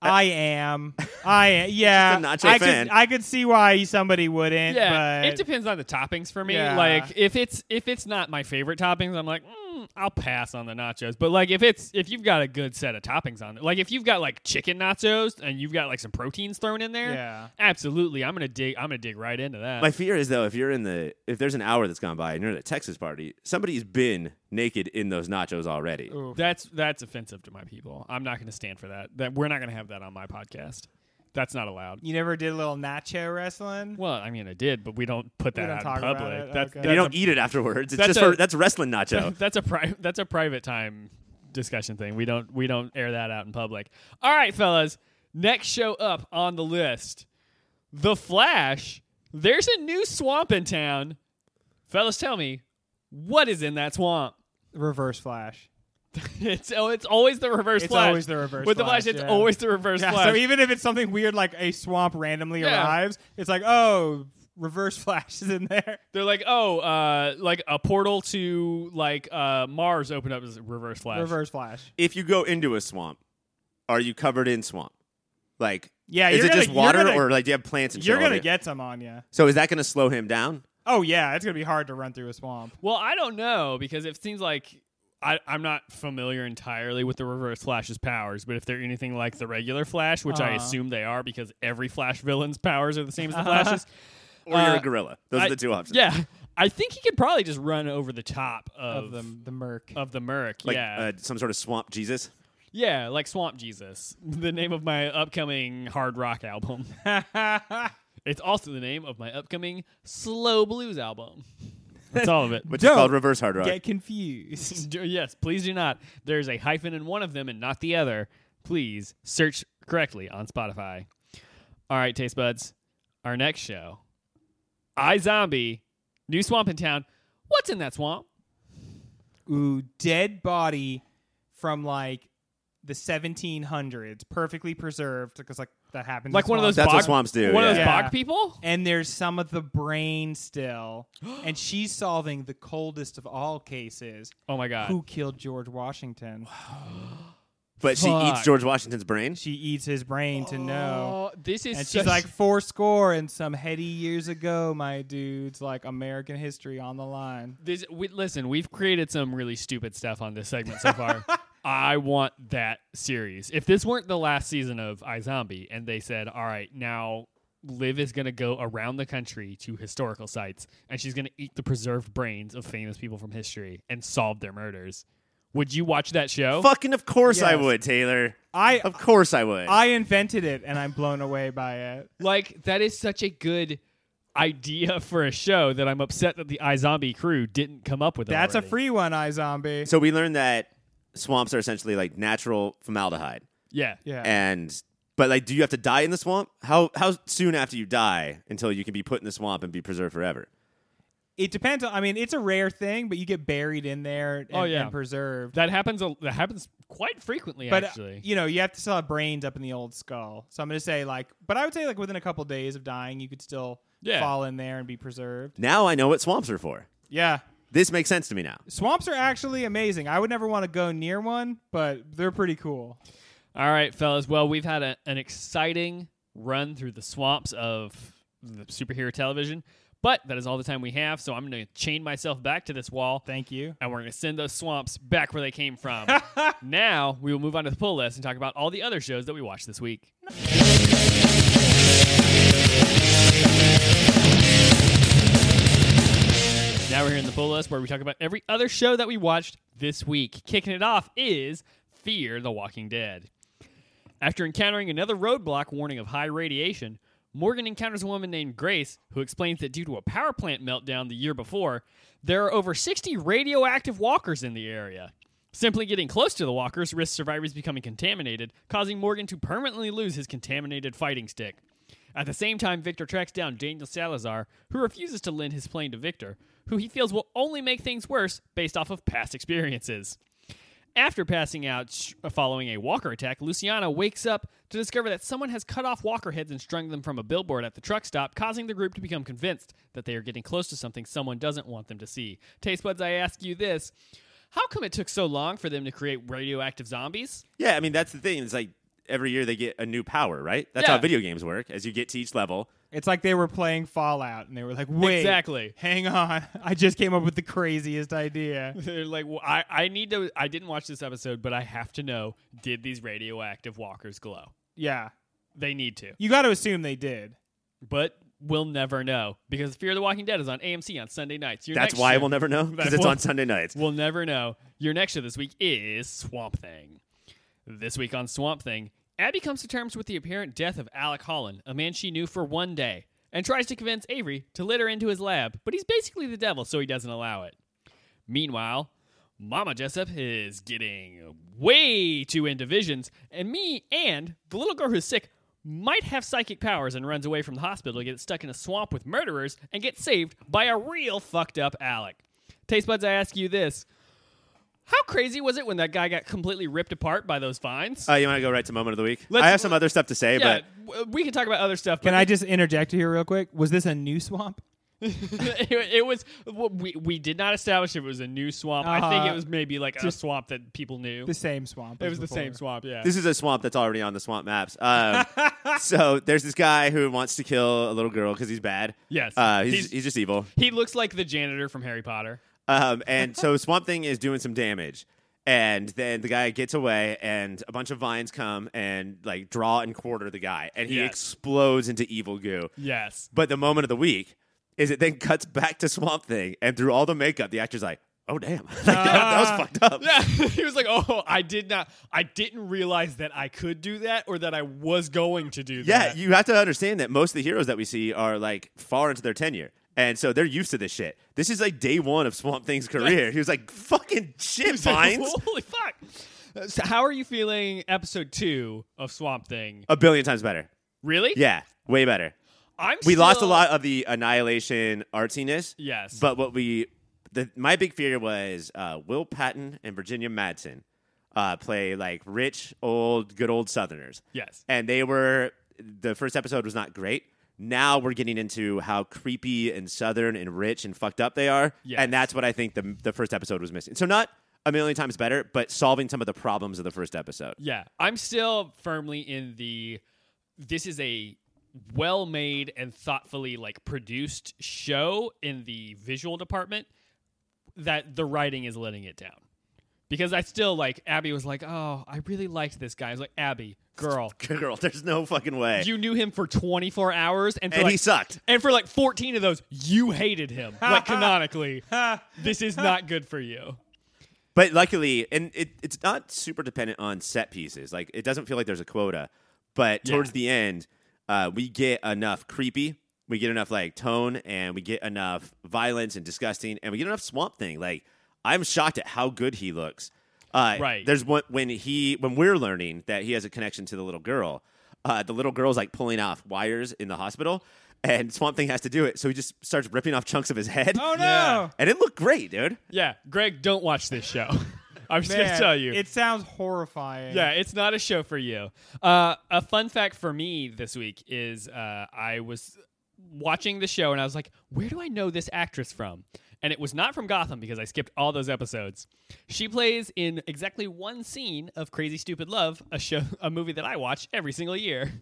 S1: Uh,
S2: I am. I am. Yeah.
S3: Just a nacho
S2: I could
S3: fan.
S2: I could see why somebody wouldn't.
S1: yeah.
S2: But
S1: it depends on the toppings for me.
S2: Yeah.
S1: Like if it's if it's not my favorite toppings, I'm like, mm, I'll pass on the nachos. But like if it's if you've got a good set of toppings on it, like if you've got like chicken nachos and you've got like some proteins thrown in there,
S2: Yeah.
S1: absolutely. I'm gonna dig. I'm gonna dig right into that.
S3: My fear is though, if you're in the if there's an hour that's gone by and you're at a Texas party, somebody's been naked in those nachos already.
S1: that's that's offensive to my people. I'm not gonna stand for that. That we're not gonna have that on my podcast. That's not allowed.
S2: You never did a little nacho wrestling?
S1: Well, I mean, I did, but we don't put that
S2: don't
S1: out
S2: talk
S1: in
S2: about
S1: public.
S2: it.
S1: That's,
S2: Okay.
S1: that's
S3: And you
S1: a
S3: don't eat it afterwards. It's
S1: that's
S3: just
S1: a-
S3: for that's wrestling nacho.
S1: that's a pri- that's a private time discussion thing. We don't we don't air that out in public. All right, fellas. Next show up on the list, The Flash. There's a new swamp in town. Fellas, tell me what is in that swamp.
S2: Reverse flash.
S1: It's oh, it's always the reverse
S2: It's
S1: flash.
S2: always the reverse
S1: With the
S2: flash,
S1: flash, it's
S2: yeah.
S1: always the reverse
S2: Yeah,
S1: flash.
S2: so even if it's something weird like a swamp randomly
S1: Yeah.
S2: arrives, it's like, oh, reverse flash is in there.
S1: They're like, oh, uh, like a portal to like uh, Mars opened up as reverse flash.
S2: Reverse flash.
S3: if you go into a swamp, are you covered in swamp? Like
S2: Yeah,
S3: is
S2: you're
S3: it
S2: gonna-
S3: just
S2: you're
S3: water
S2: gonna-
S3: or like do you have plants and shit
S2: You're
S3: all
S2: gonna
S3: over you?
S2: get some on you.
S3: So is that gonna slow him down?
S2: Oh yeah, it's gonna be hard to run through a swamp.
S1: Well, I don't know because it seems like I, I'm not familiar entirely with the Reverse Flash's powers, but if they're anything like the regular Flash, which I
S2: Uh-huh.
S1: assume they are because every Flash villain's powers are the same as the
S2: Uh-huh.
S1: Flash's.
S3: Or you're
S1: Uh,
S3: a gorilla. Those
S1: I-
S3: are the two options.
S1: Yeah, I think he could probably just run over the top of,
S2: Of the the Merc.
S1: of the Merc.
S3: Like
S1: yeah,
S3: uh, some sort of swamp Jesus.
S1: yeah, like Swamp Jesus, the name of my upcoming hard rock album. it's also the name of my upcoming slow blues album. That's all of it.
S3: Which
S2: Dope.
S3: is called reverse hard rock.
S2: Get confused.
S1: Do- yes, please do not. There's a hyphen in one of them and not the other. Please search correctly on Spotify. All right, taste buds. Our next show, I Zombie, new swamp in town. What's in that swamp?
S2: Ooh, dead body from like the 1700s, perfectly preserved because like that happens. in
S1: Like one of those
S2: swamps.
S3: That's
S1: bog,
S3: what swamps do,
S1: One of those
S2: yeah.
S1: bog people.
S2: and there's some of the brain still and she's solving the coldest of all cases
S1: Oh my god.
S2: who killed george washington
S3: But she
S1: Fuck.
S3: eats George Washington's brain.
S2: she eats his brain to know
S1: Oh, this is
S2: and
S1: such-
S2: she's like four score and some heady years ago my dudes like american history on the line
S1: This, we, listen, we've created some really stupid stuff on this segment so far. I want that series. If this weren't the last season of iZombie and they said, all right, now Liv is going to go around the country to historical sites and she's going to eat the preserved brains of famous people from history and solve their murders, would you watch that show?
S3: Fucking of course I
S2: Yes.
S3: would, Taylor.
S2: I-
S3: of course I would.
S2: I invented it, and I'm blown away by it.
S1: Like, that is such a good idea for a show that I'm upset that the iZombie crew didn't come up with it.
S2: That's a
S1: already.
S2: free one, iZombie.
S3: so we learned that swamps are essentially like natural formaldehyde,
S1: Yeah.
S2: yeah.
S3: and but like, do you have to die in the swamp? How how soon after you die until you can be put in the swamp and be preserved forever?
S2: it depends. on I mean, it's a rare thing, but you get buried in there and,
S1: Oh, yeah.
S2: and preserved.
S1: That happens. A, that happens quite frequently,
S2: but uh,
S1: actually.
S2: you know, you have to still have brains up in the old skull. So I'm going to say like, but I would say like within a couple days of dying, you could still
S1: Yeah.
S2: fall in there and be preserved.
S3: Now I know what swamps are for.
S2: Yeah.
S3: This makes sense to me now.
S2: Swamps are actually amazing. I would never want to go near one, but they're pretty cool.
S1: All right, fellas. Well, we've had a, an exciting run through the swamps of the superhero television, but that is all the time we have. So I'm going to chain myself back to this wall,
S2: Thank you.
S1: and we're going to send those swamps back where they came from. now we will move on to the pull list and talk about all the other shows that we watched this week. Now we're here in the full list where we talk about every other show that we watched this week. Kicking it off is Fear the Walking Dead. After encountering another roadblock warning of high radiation, Morgan encounters a woman named Grace who explains that due to a power plant meltdown the year before, there are over 60 radioactive walkers in the area. Simply getting close to the walkers risks survivors becoming contaminated, causing Morgan to permanently lose his contaminated fighting stick. At the same time, Victor tracks down Daniel Salazar, who refuses to lend his plane to Victor, who he feels will only make things worse based off of past experiences. After passing out sh- uh, following a walker attack, Luciana wakes up to discover that someone has cut off walker heads and strung them from a billboard at the truck stop, causing the group to become convinced that they are getting close to something someone doesn't want them to see. Taste buds, I ask you this. How come it took so long for them to create radioactive zombies?
S3: Yeah, I mean that's the thing. It's like every year they get a new power, right? That's
S1: Yeah.
S3: how video games work. As you get to each level,
S2: It's like they were playing Fallout and they were like, wait,
S1: Exactly.
S2: hang on. I just came up with the craziest idea.
S1: They're like, well, I, I need to. I didn't watch this episode, but I have to know: did these radioactive walkers glow?
S2: Yeah.
S1: They need to,
S2: You got to assume they did.
S1: but we'll never know because Fear the Walking Dead is on AMC on Sunday nights. Your
S3: that's
S1: next
S3: why
S1: show-
S3: we'll never know because
S1: That
S3: it's
S1: will-
S3: on Sunday nights.
S1: We'll never know. Your next show this week is Swamp Thing. This week on Swamp Thing, Abby comes to terms with the apparent death of Alec Holland, a man she knew for one day, and tries to convince Avery to let her into his lab, but he's basically the devil, so he doesn't allow it. Meanwhile, Mama Jessup is getting way too into visions, and me and the little girl who's sick might have psychic powers and runs away from the hospital to get stuck in a swamp with murderers and get saved by a real fucked up Alec. Taste buds, I ask you this. How crazy was it when that guy got completely ripped apart by those vines?
S3: Uh, you want to go right to moment of the week?
S1: Let's-
S3: I have some other stuff to say,
S1: yeah,
S3: but
S1: w- we can talk about other stuff.
S2: Can
S1: but
S2: I just interject here real quick? Was this a new swamp?
S1: it, it was we, we did not establish if it was a new swamp. I think it
S2: Uh,
S1: was maybe like a swamp that people knew.
S2: The same swamp.
S1: It
S2: as
S1: was the
S2: before.
S1: same swamp, yeah.
S3: this is a swamp that's already on the swamp maps. Um, so there's this guy who wants to kill a little girl because he's bad.
S1: Yes.
S3: uh, he's,
S1: He's-
S3: he's just evil.
S1: he looks like the janitor from Harry Potter.
S3: Um, and so Swamp Thing is doing some damage. And then the guy gets away, and a bunch of vines come and like draw and quarter the guy, and he
S1: Yes.
S3: explodes into evil goo.
S1: Yes.
S3: But the moment of the week is it then cuts back to Swamp Thing, and through all the makeup, the actor's like, "Oh damn, Like, that, that was fucked up."
S1: Yeah, Uh, he was like, "Oh, I did not. I didn't realize that I could do that, or that I was going to do
S3: Yeah,
S1: that."
S3: you have to understand that most of the heroes that we see are like far into their tenure. And so they're used to this shit. This is like day one of Swamp Thing's career. He was like, fucking shit, Vines.
S1: Holy fuck! Uh, So how are you feeling? Episode two of Swamp Thing.
S3: A billion times better.
S1: Really?
S3: Yeah, way better.
S1: I'm.
S3: We lost a
S1: still-
S3: lot of the annihilation artsiness.
S1: Yes.
S3: But what we, the, my big fear was uh, Will Patton and Virginia Madsen uh, play like rich, old, good old Southerners.
S1: Yes.
S3: And they were, the first episode was not great. Now we're getting into how creepy and Southern and rich and fucked up they are.
S1: Yes.
S3: And that's what I think the, the first episode was missing. So, not a million times better, but solving some of the problems of the first episode.
S1: Yeah, I'm still firmly in the. This is a well-made and thoughtfully like produced show in the visual department that the writing is letting it down because I still like Abby was like, oh, I really liked this guy. I was like, Abby, girl,
S3: Girl, there's no fucking way.
S1: you knew him for 24 hours, and for
S3: and
S1: like,
S3: he sucked.
S1: And for like 14 of those, you hated him. like canonically, this is not good for you.
S3: But luckily, and it, it's not super dependent on set pieces. Like it doesn't feel like there's a quota. But
S1: Yeah.
S3: towards the end, uh, we get enough creepy. We get enough like tone, and we get enough violence and disgusting, and we get enough swamp thing. Like I'm shocked at how good he looks. Uh,
S1: Right.
S3: There's one when he when we're learning that he has a connection to the little girl. Uh, the little girl's like pulling off wires in the hospital, and Swamp Thing has to do it. So he just starts ripping off chunks of his head.
S2: Oh no.
S3: And it looked great, dude.
S1: Yeah, Greg, don't watch this show. I'm just gonna
S2: Man,
S1: tell you.
S2: It sounds horrifying.
S1: yeah, it's not a show for you. Uh, a fun fact for me this week is uh, I was watching the show and I was like, where do I know this actress from? And it was not from Gotham because I skipped all those episodes. She plays in exactly one scene of Crazy Stupid Love, a show, a movie that I watch every single year.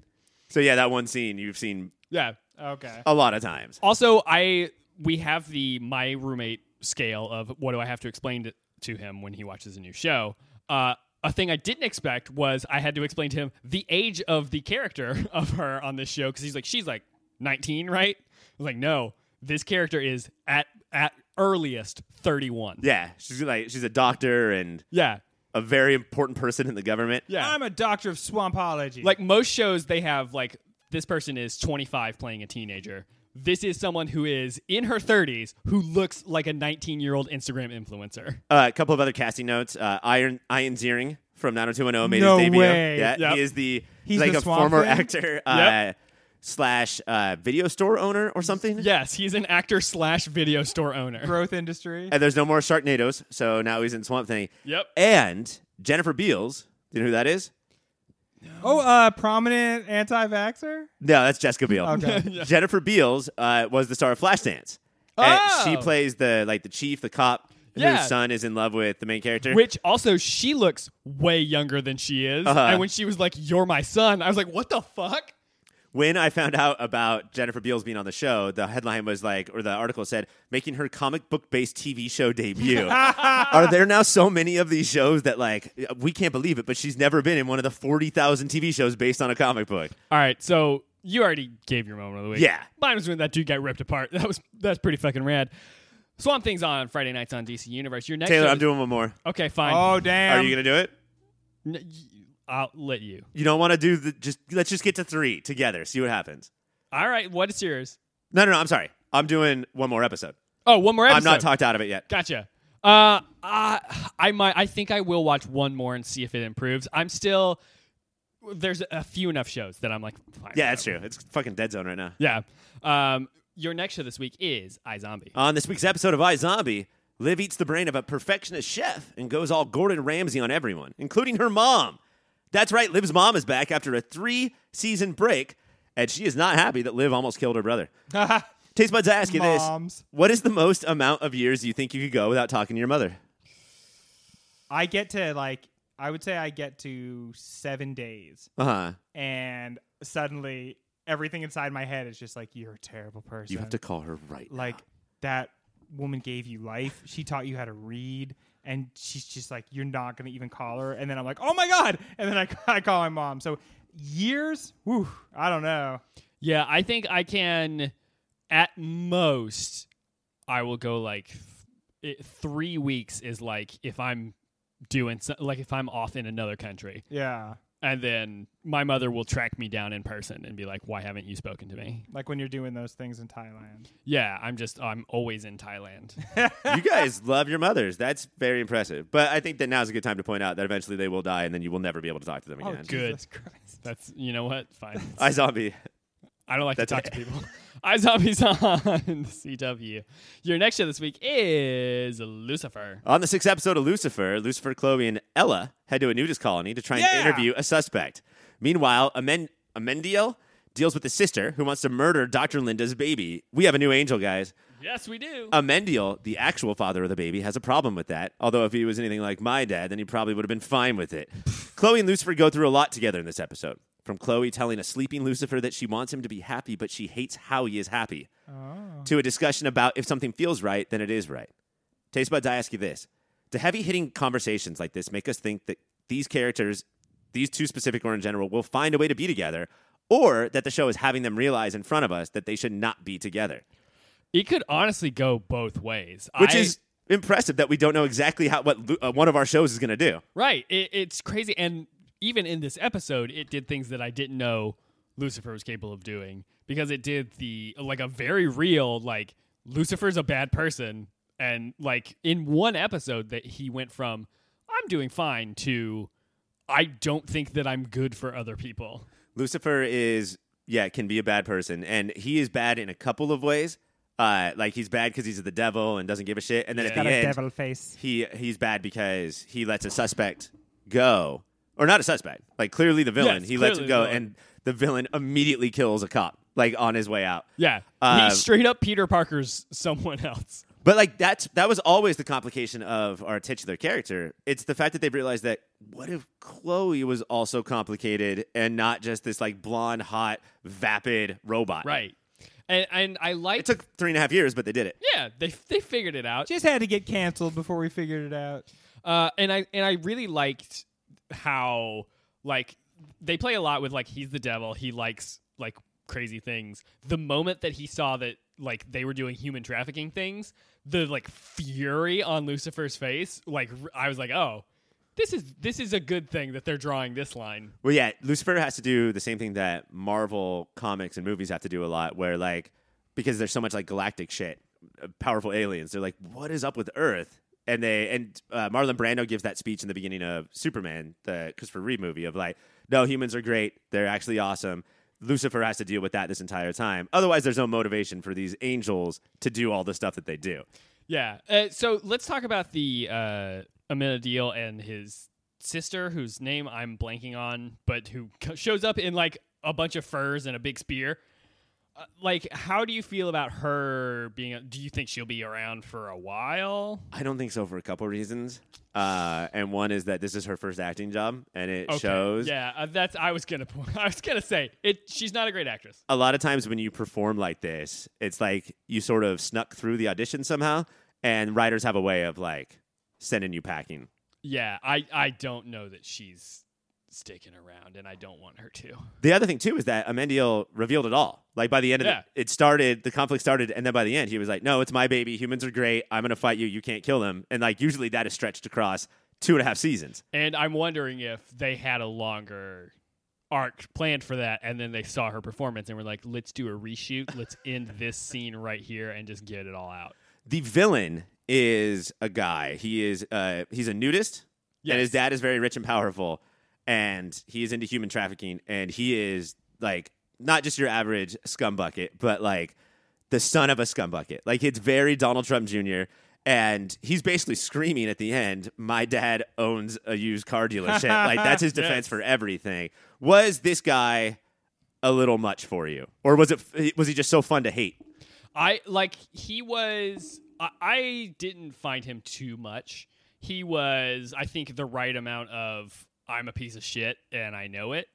S3: So yeah, that one scene you've seen
S1: Yeah, Oh,
S2: Okay.
S3: a lot of times.
S1: Also, I we have the my roommate scale of what do I have to explain to, to him when he watches a new show. Uh, a thing I didn't expect was I had to explain to him the age of the character of her on this show because he's like she's like 19, right? I was like, no, this character is at at earliest 31.
S3: Yeah, she's like she's a doctor and
S1: yeah,
S3: a very important person in the government.
S1: yeah.
S2: I'm a doctor of swampology.
S1: Like most shows, they have like this person is 25 playing a teenager. This is someone who is in her 30s who looks like a 19 year old Instagram influencer.
S3: Uh, a couple of other casting notes. Uh, Iron Ian Ziering from 90210 made
S2: No
S3: his debut.
S2: way.
S3: Yeah,
S1: Yep.
S3: he is the
S2: He's
S3: like
S2: the
S3: a
S2: Swamp
S3: former
S2: Thing?
S3: actor uh, slash uh, video store owner or something.
S1: Yes, he's an actor slash video store owner.
S2: growth industry.
S3: And there's no more Sharknadoes, so now he's in Swamp Thing.
S1: Yep.
S3: eh. And Jennifer Beals. Do you know who that is?
S2: Oh, uh, prominent anti-vaxer.
S3: No, that's Jessica Biel.
S2: Okay.
S3: Jennifer Beals uh, was the star of Flashdance. And she
S1: Oh.
S3: plays the like the chief, the cop
S1: Yeah.
S3: whose son is in love with the main character.
S1: Which also, she looks way younger than she is.
S3: Uh-huh.
S1: And when she was like, You're my son, I was like, What the fuck?
S3: when I found out about Jennifer Beals being on the show, the headline was like, or the article said, making her comic book based TV show debut. Are there now so many of these shows that, like, we can't believe it, but she's never been in one of the 40,000 TV shows based on a comic book?
S1: All right, so you already gave your moment of the week.
S3: Yeah.
S1: mine was when that dude got ripped apart. That was that's pretty fucking rad. Swamp Thing's on Friday nights on DC Universe. Your next
S3: Taylor,
S1: show
S3: I'm
S1: is-
S3: doing one more.
S1: okay, fine.
S2: Oh damn.
S1: Um,
S3: Are you going to do it?
S1: N- y- I'll let you.
S3: You don't want to do the, just, let's just get to three together, see what happens.
S1: All right, what is yours?
S3: No, no, no, I'm sorry. I'm doing one more episode.
S1: Oh, one more episode.
S3: I'm not talked out of it yet.
S1: Gotcha. Uh, I, I might. I think I will watch one more and see if it improves. I'm still. There's a few enough shows that I'm like. Fine,
S3: Yeah, that's
S1: whatever.
S3: true. It's fucking dead zone right now.
S1: Yeah. Um, your next show this week is iZombie.
S3: On this week's episode of iZombie, Liv eats the brain of a perfectionist chef and goes all Gordon Ramsay on everyone, including her mom. That's right, Liv's mom is back after a three season break, and she is not happy that Liv almost killed her brother. Taste buds, I ask you
S2: Moms.
S3: this. What is the most amount of years you think you could go without talking to your mother?
S2: I get to like. I would say I get to seven days,
S3: Uh huh.
S2: and suddenly everything inside my head is just like, "You're a terrible person."
S3: You have to call her right.
S2: like that woman gave you life. She taught you how to read, and she's just like, you're not gonna even call her. And then I'm like, oh my god! And then I, I call my mom. So years, whew, I don't know.
S1: Yeah, I think I can. At most, I will go like f- it, three weeks. Is like if I'm doing so, like if I'm off in another country,
S2: Yeah,
S1: and then my mother will track me down in person and be like, "Why haven't you spoken to me?"
S2: like when you're doing those things in Thailand.
S1: Yeah, I'm just I'm always in Thailand.
S3: now. you guys love your mothers. That's very impressive. But I think that now's a good time to point out that eventually they will die, and then you will never be able to talk to them again.
S1: good.
S2: Oh, Jesus Christ.
S1: That's you know what? Fine.
S3: I zombie.
S1: I don't like to
S3: That's
S1: talk
S3: it.
S1: to people. iZombies on CW. Your next show this week is Lucifer.
S3: On the sixth episode of Lucifer, Lucifer, Chloe, and Ella head to a nudist colony to try and
S2: Yeah!
S3: interview a suspect. Meanwhile, Amen- Amendiel deals with the sister who wants to murder Dr. Linda's baby. We have a new angel, guys.
S1: Yes, we do.
S3: uh, Amendiel, the actual father of the baby, has a problem with that. Although, if he was anything like my dad, then he probably would have been fine with it. Chloe and Lucifer go through a lot together in this episode. From Chloe telling a sleeping Lucifer that she wants him to be happy, but she hates how he is happy, to a discussion about if something feels right, then it is right. Taste buds, I ask you this The heavy hitting conversations like this make us think that these characters, these two specific or in general, will find a way to be together, or that the show is having them realize in front of us that they should not be together.
S1: It could honestly go both ways.
S3: Which
S1: I-
S3: is impressive that we don't know exactly how what lo- uh, one of our shows is going to do.
S1: right. It, it's crazy, and even in this episode, it did things that I didn't know Lucifer was capable of doing because it did the like a very real like Lucifer's a bad person, and like in one episode that he went from I'm doing fine to I don't think that I'm good for other people.
S3: Lucifer is yeah can be a bad person, and he is bad in a couple of ways. Uh, like he's bad because he's the devil and doesn't give a shit, and then
S1: Yeah.
S3: at
S2: Got
S3: the
S2: a
S3: end
S2: devil face.
S3: he he's bad because he lets a suspect go, or not a suspect, like clearly the villain.
S1: Yes,
S3: he lets
S1: clearly
S3: him
S1: the
S3: go,
S1: villain.
S3: and the villain immediately kills a cop like on his way out.
S1: Yeah,
S3: Uh,
S1: he's straight up Peter Parker's someone else.
S3: But like that's that was always the complication of our titular character. It's the fact that they've realized that what if Chloe was also complicated and not just this like blonde, hot, vapid robot.
S1: Right. And and I like
S3: It took three and a half years, but they did it.
S1: yeah, they they figured it out.
S2: Just had to get canceled before we figured it out.
S1: Uh and I and I really liked how like they play a lot with like he's the devil, he likes like crazy things. The moment that he saw that like they were doing human trafficking things, the like fury on Lucifer's face, like r- I was like, "Oh, this is this is a good thing that they're drawing this line."
S3: Well, yeah, Lucifer has to do the same thing that Marvel comics and movies have to do a lot, where like because there's so much like galactic shit, uh, powerful aliens. They're like, what is up with Earth? And they and uh, Marlon Brando gives that speech in the beginning of Superman, the Christopher Reeve movie, of like, no, humans are great. They're actually awesome. Lucifer has to deal with that this entire time. Otherwise, there's no motivation for these angels to do all the stuff that they do.
S1: Yeah. Uh, so let's talk about the uh, Amina Deal and his sister, whose name I'm blanking on, but who co- shows up in like a bunch of furs and a big spear. Uh, like, how do you feel about her being? A, do you think she'll be around for a while?
S3: I don't think so for a couple reasons. Uh, and one is that this is her first acting job, and it shows.
S1: Yeah, uh, that's. I was gonna. po- I was gonna say it. She's not a great actress.
S3: a lot of times when you perform like this, it's like you sort of snuck through the audition somehow, and writers have a way of like sending you packing.
S1: Yeah, I. I don't know that she's sticking around, and I don't want her to.
S3: The other thing too is that Amendiel revealed it all. Like by the end of
S1: Yeah.
S3: it, it started the conflict started, and then by the end he was like, "No, it's my baby. Humans are great. I'm gonna fight you. You can't kill them." And like usually that is stretched across two and a half seasons.
S1: And I'm wondering if they had a longer arc planned for that, and then they saw her performance and were like, "Let's do a reshoot. Let's end this scene right here and just get it all out."
S3: The villain is a guy. He is uh, he's a nudist, and his
S1: Yes.
S3: dad is very rich and powerful, and he is into human trafficking, and he is like not just your average scumbucket, but like the son of a scumbucket. Like it's very Donald Trump Jr. And he's basically screaming at the end, "My dad owns a used car dealership." like that's his defense
S1: Yes.
S3: for everything. Was this guy a little much for you, or was it was he just so fun to hate?
S1: I like he was. I, I didn't find him too much. He was, I think, the right amount of "I'm a piece of shit and I know it."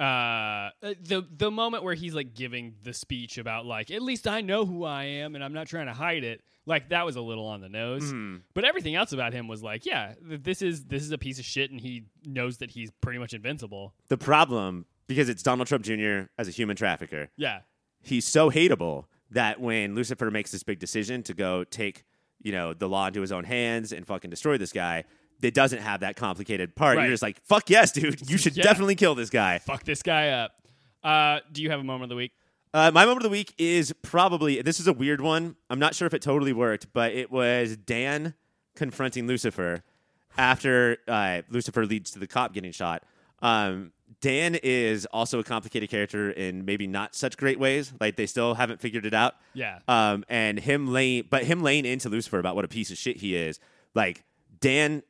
S1: Uh, the the moment where he's like giving the speech about like at least I know who I am and I'm not trying to hide it. Like that was a little on the nose, but everything else about him was like, yeah, th- this is this is a piece of shit, and he knows that he's pretty much invincible.
S3: the problem because it's Donald Trump Jr. as a human trafficker.
S1: Yeah,
S3: He's so hateable that when Lucifer makes this big decision to go take, you know, the law into his own hands and fucking destroy this guy, it doesn't have that complicated part.
S1: Right.
S3: You're just like, fuck yes, dude. You should
S1: Yeah.
S3: definitely kill this guy.
S1: fuck this guy up. Uh, do you have a moment of the week?
S3: Uh, my moment of the week is probably this is a weird one. I'm not sure if it totally worked, but it was Dan confronting Lucifer after uh, Lucifer leads to the cop getting shot. Um, Dan is also a complicated character in maybe not such great ways. Like they still haven't figured it out.
S1: Yeah.
S3: Um, and him laying, but him laying into Lucifer about what a piece of shit he is. Like Dan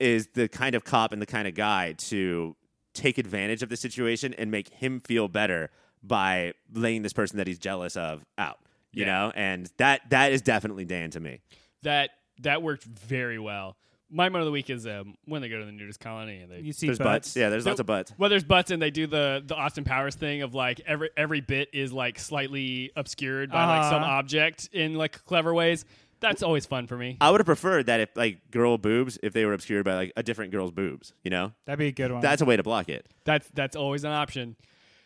S3: is the kind of cop and the kind of guy to take advantage of the situation and make him feel better by laying this person that he's jealous of out. You
S1: Yeah.
S3: know, and that that is definitely Dan to me.
S1: that that worked very well. My moment of the week is um, when they go to the nudist colony and they
S2: You see
S3: There's
S2: butts.
S3: butts. Yeah, there's
S1: So-
S3: lots of butts.
S1: well, there's butts and they do the the Austin Powers thing of like every every bit is like slightly obscured by like some
S2: Uh-huh.
S1: object in like clever ways. That's always fun for me.
S3: I would have preferred that if like girl boobs, if they were obscured by like a different girl's boobs, you know,
S2: That'd be a good one.
S3: that's a way to block it.
S1: That's that's always an option.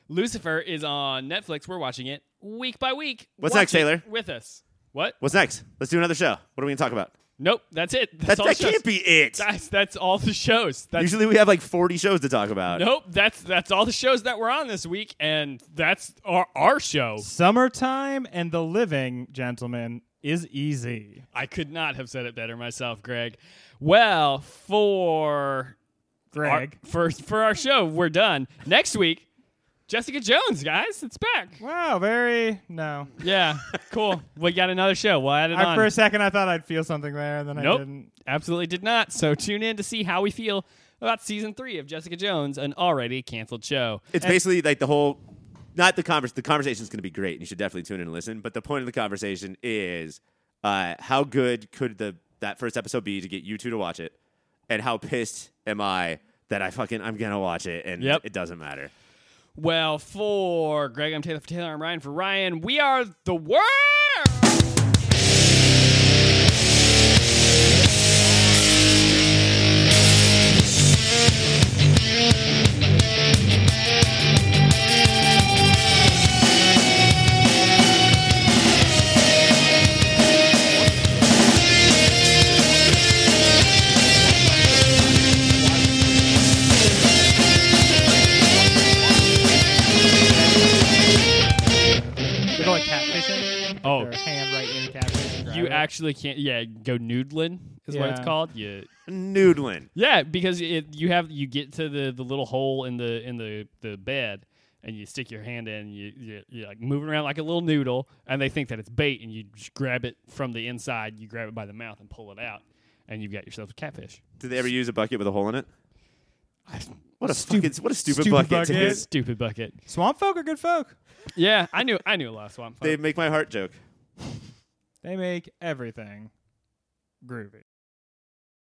S1: Lucifer is on Netflix. We're watching it week by week.
S3: What's
S1: Watch
S3: next,
S1: it
S3: Taylor?
S1: With us. What?
S3: What's next? Let's do another show. What are we gonna talk about?
S1: Nope. That's it. That's
S3: That,
S1: all
S3: that
S1: the shows.
S3: can't be it.
S1: That's that's all the shows. That's
S3: Usually we have like 40 shows to talk about.
S1: nope. That's that's all the shows that were on this week, and that's our our show.
S2: Summertime and the living, gentlemen, is easy.
S1: I could not have said it better myself, Greg. Well, for our,
S2: Greg.
S1: for for our show, we're done. Next week, Jessica Jones, guys, it's back.
S2: wow, very no.
S1: Yeah, cool. We got another show. We'll add it
S2: I,
S1: on.
S2: for a second, I thought I'd feel something there, and then I
S1: Nope.
S2: didn't.
S1: Absolutely did not. So tune in to see how we feel about season three of Jessica Jones, an already canceled show.
S3: It's basically like the whole, not the convers. The conversation is going to be great, and you should definitely tune in and listen. But the point of the conversation is, uh, how good could the that first episode be to get you two to watch it, and how pissed am I that I fucking I'm gonna watch it and
S1: Yep.
S3: it doesn't matter.
S1: Well, for Greg, I'm Taylor for Taylor, I'm Ryan for Ryan. We are the world.
S2: They go like catfishing.
S1: Oh.
S2: Their hand right in catfish. and
S1: You
S2: grab it.
S1: actually can't. Yeah, go noodling is what it's
S2: Yeah.
S1: called. Yeah.
S3: Noodling.
S1: Yeah, because it, you have you get to the, the little hole in the in the, the bed, and you stick your hand in. You, you you're like moving around like a little noodle, and they think that it's bait, and you just grab it from the inside. You grab it by the mouth and pull it out, and you've got yourself a catfish.
S3: Did they ever use a bucket with a hole in it? What a
S2: Stupid-
S3: fucking, what a stupid,
S2: stupid
S3: bucket.
S2: bucket.
S3: dude.
S1: Stupid bucket.
S2: swamp folk are good folk.
S1: Yeah, I knew I knew a lot of swamp. Fox.
S3: They make my heart joke.
S2: They make everything groovy.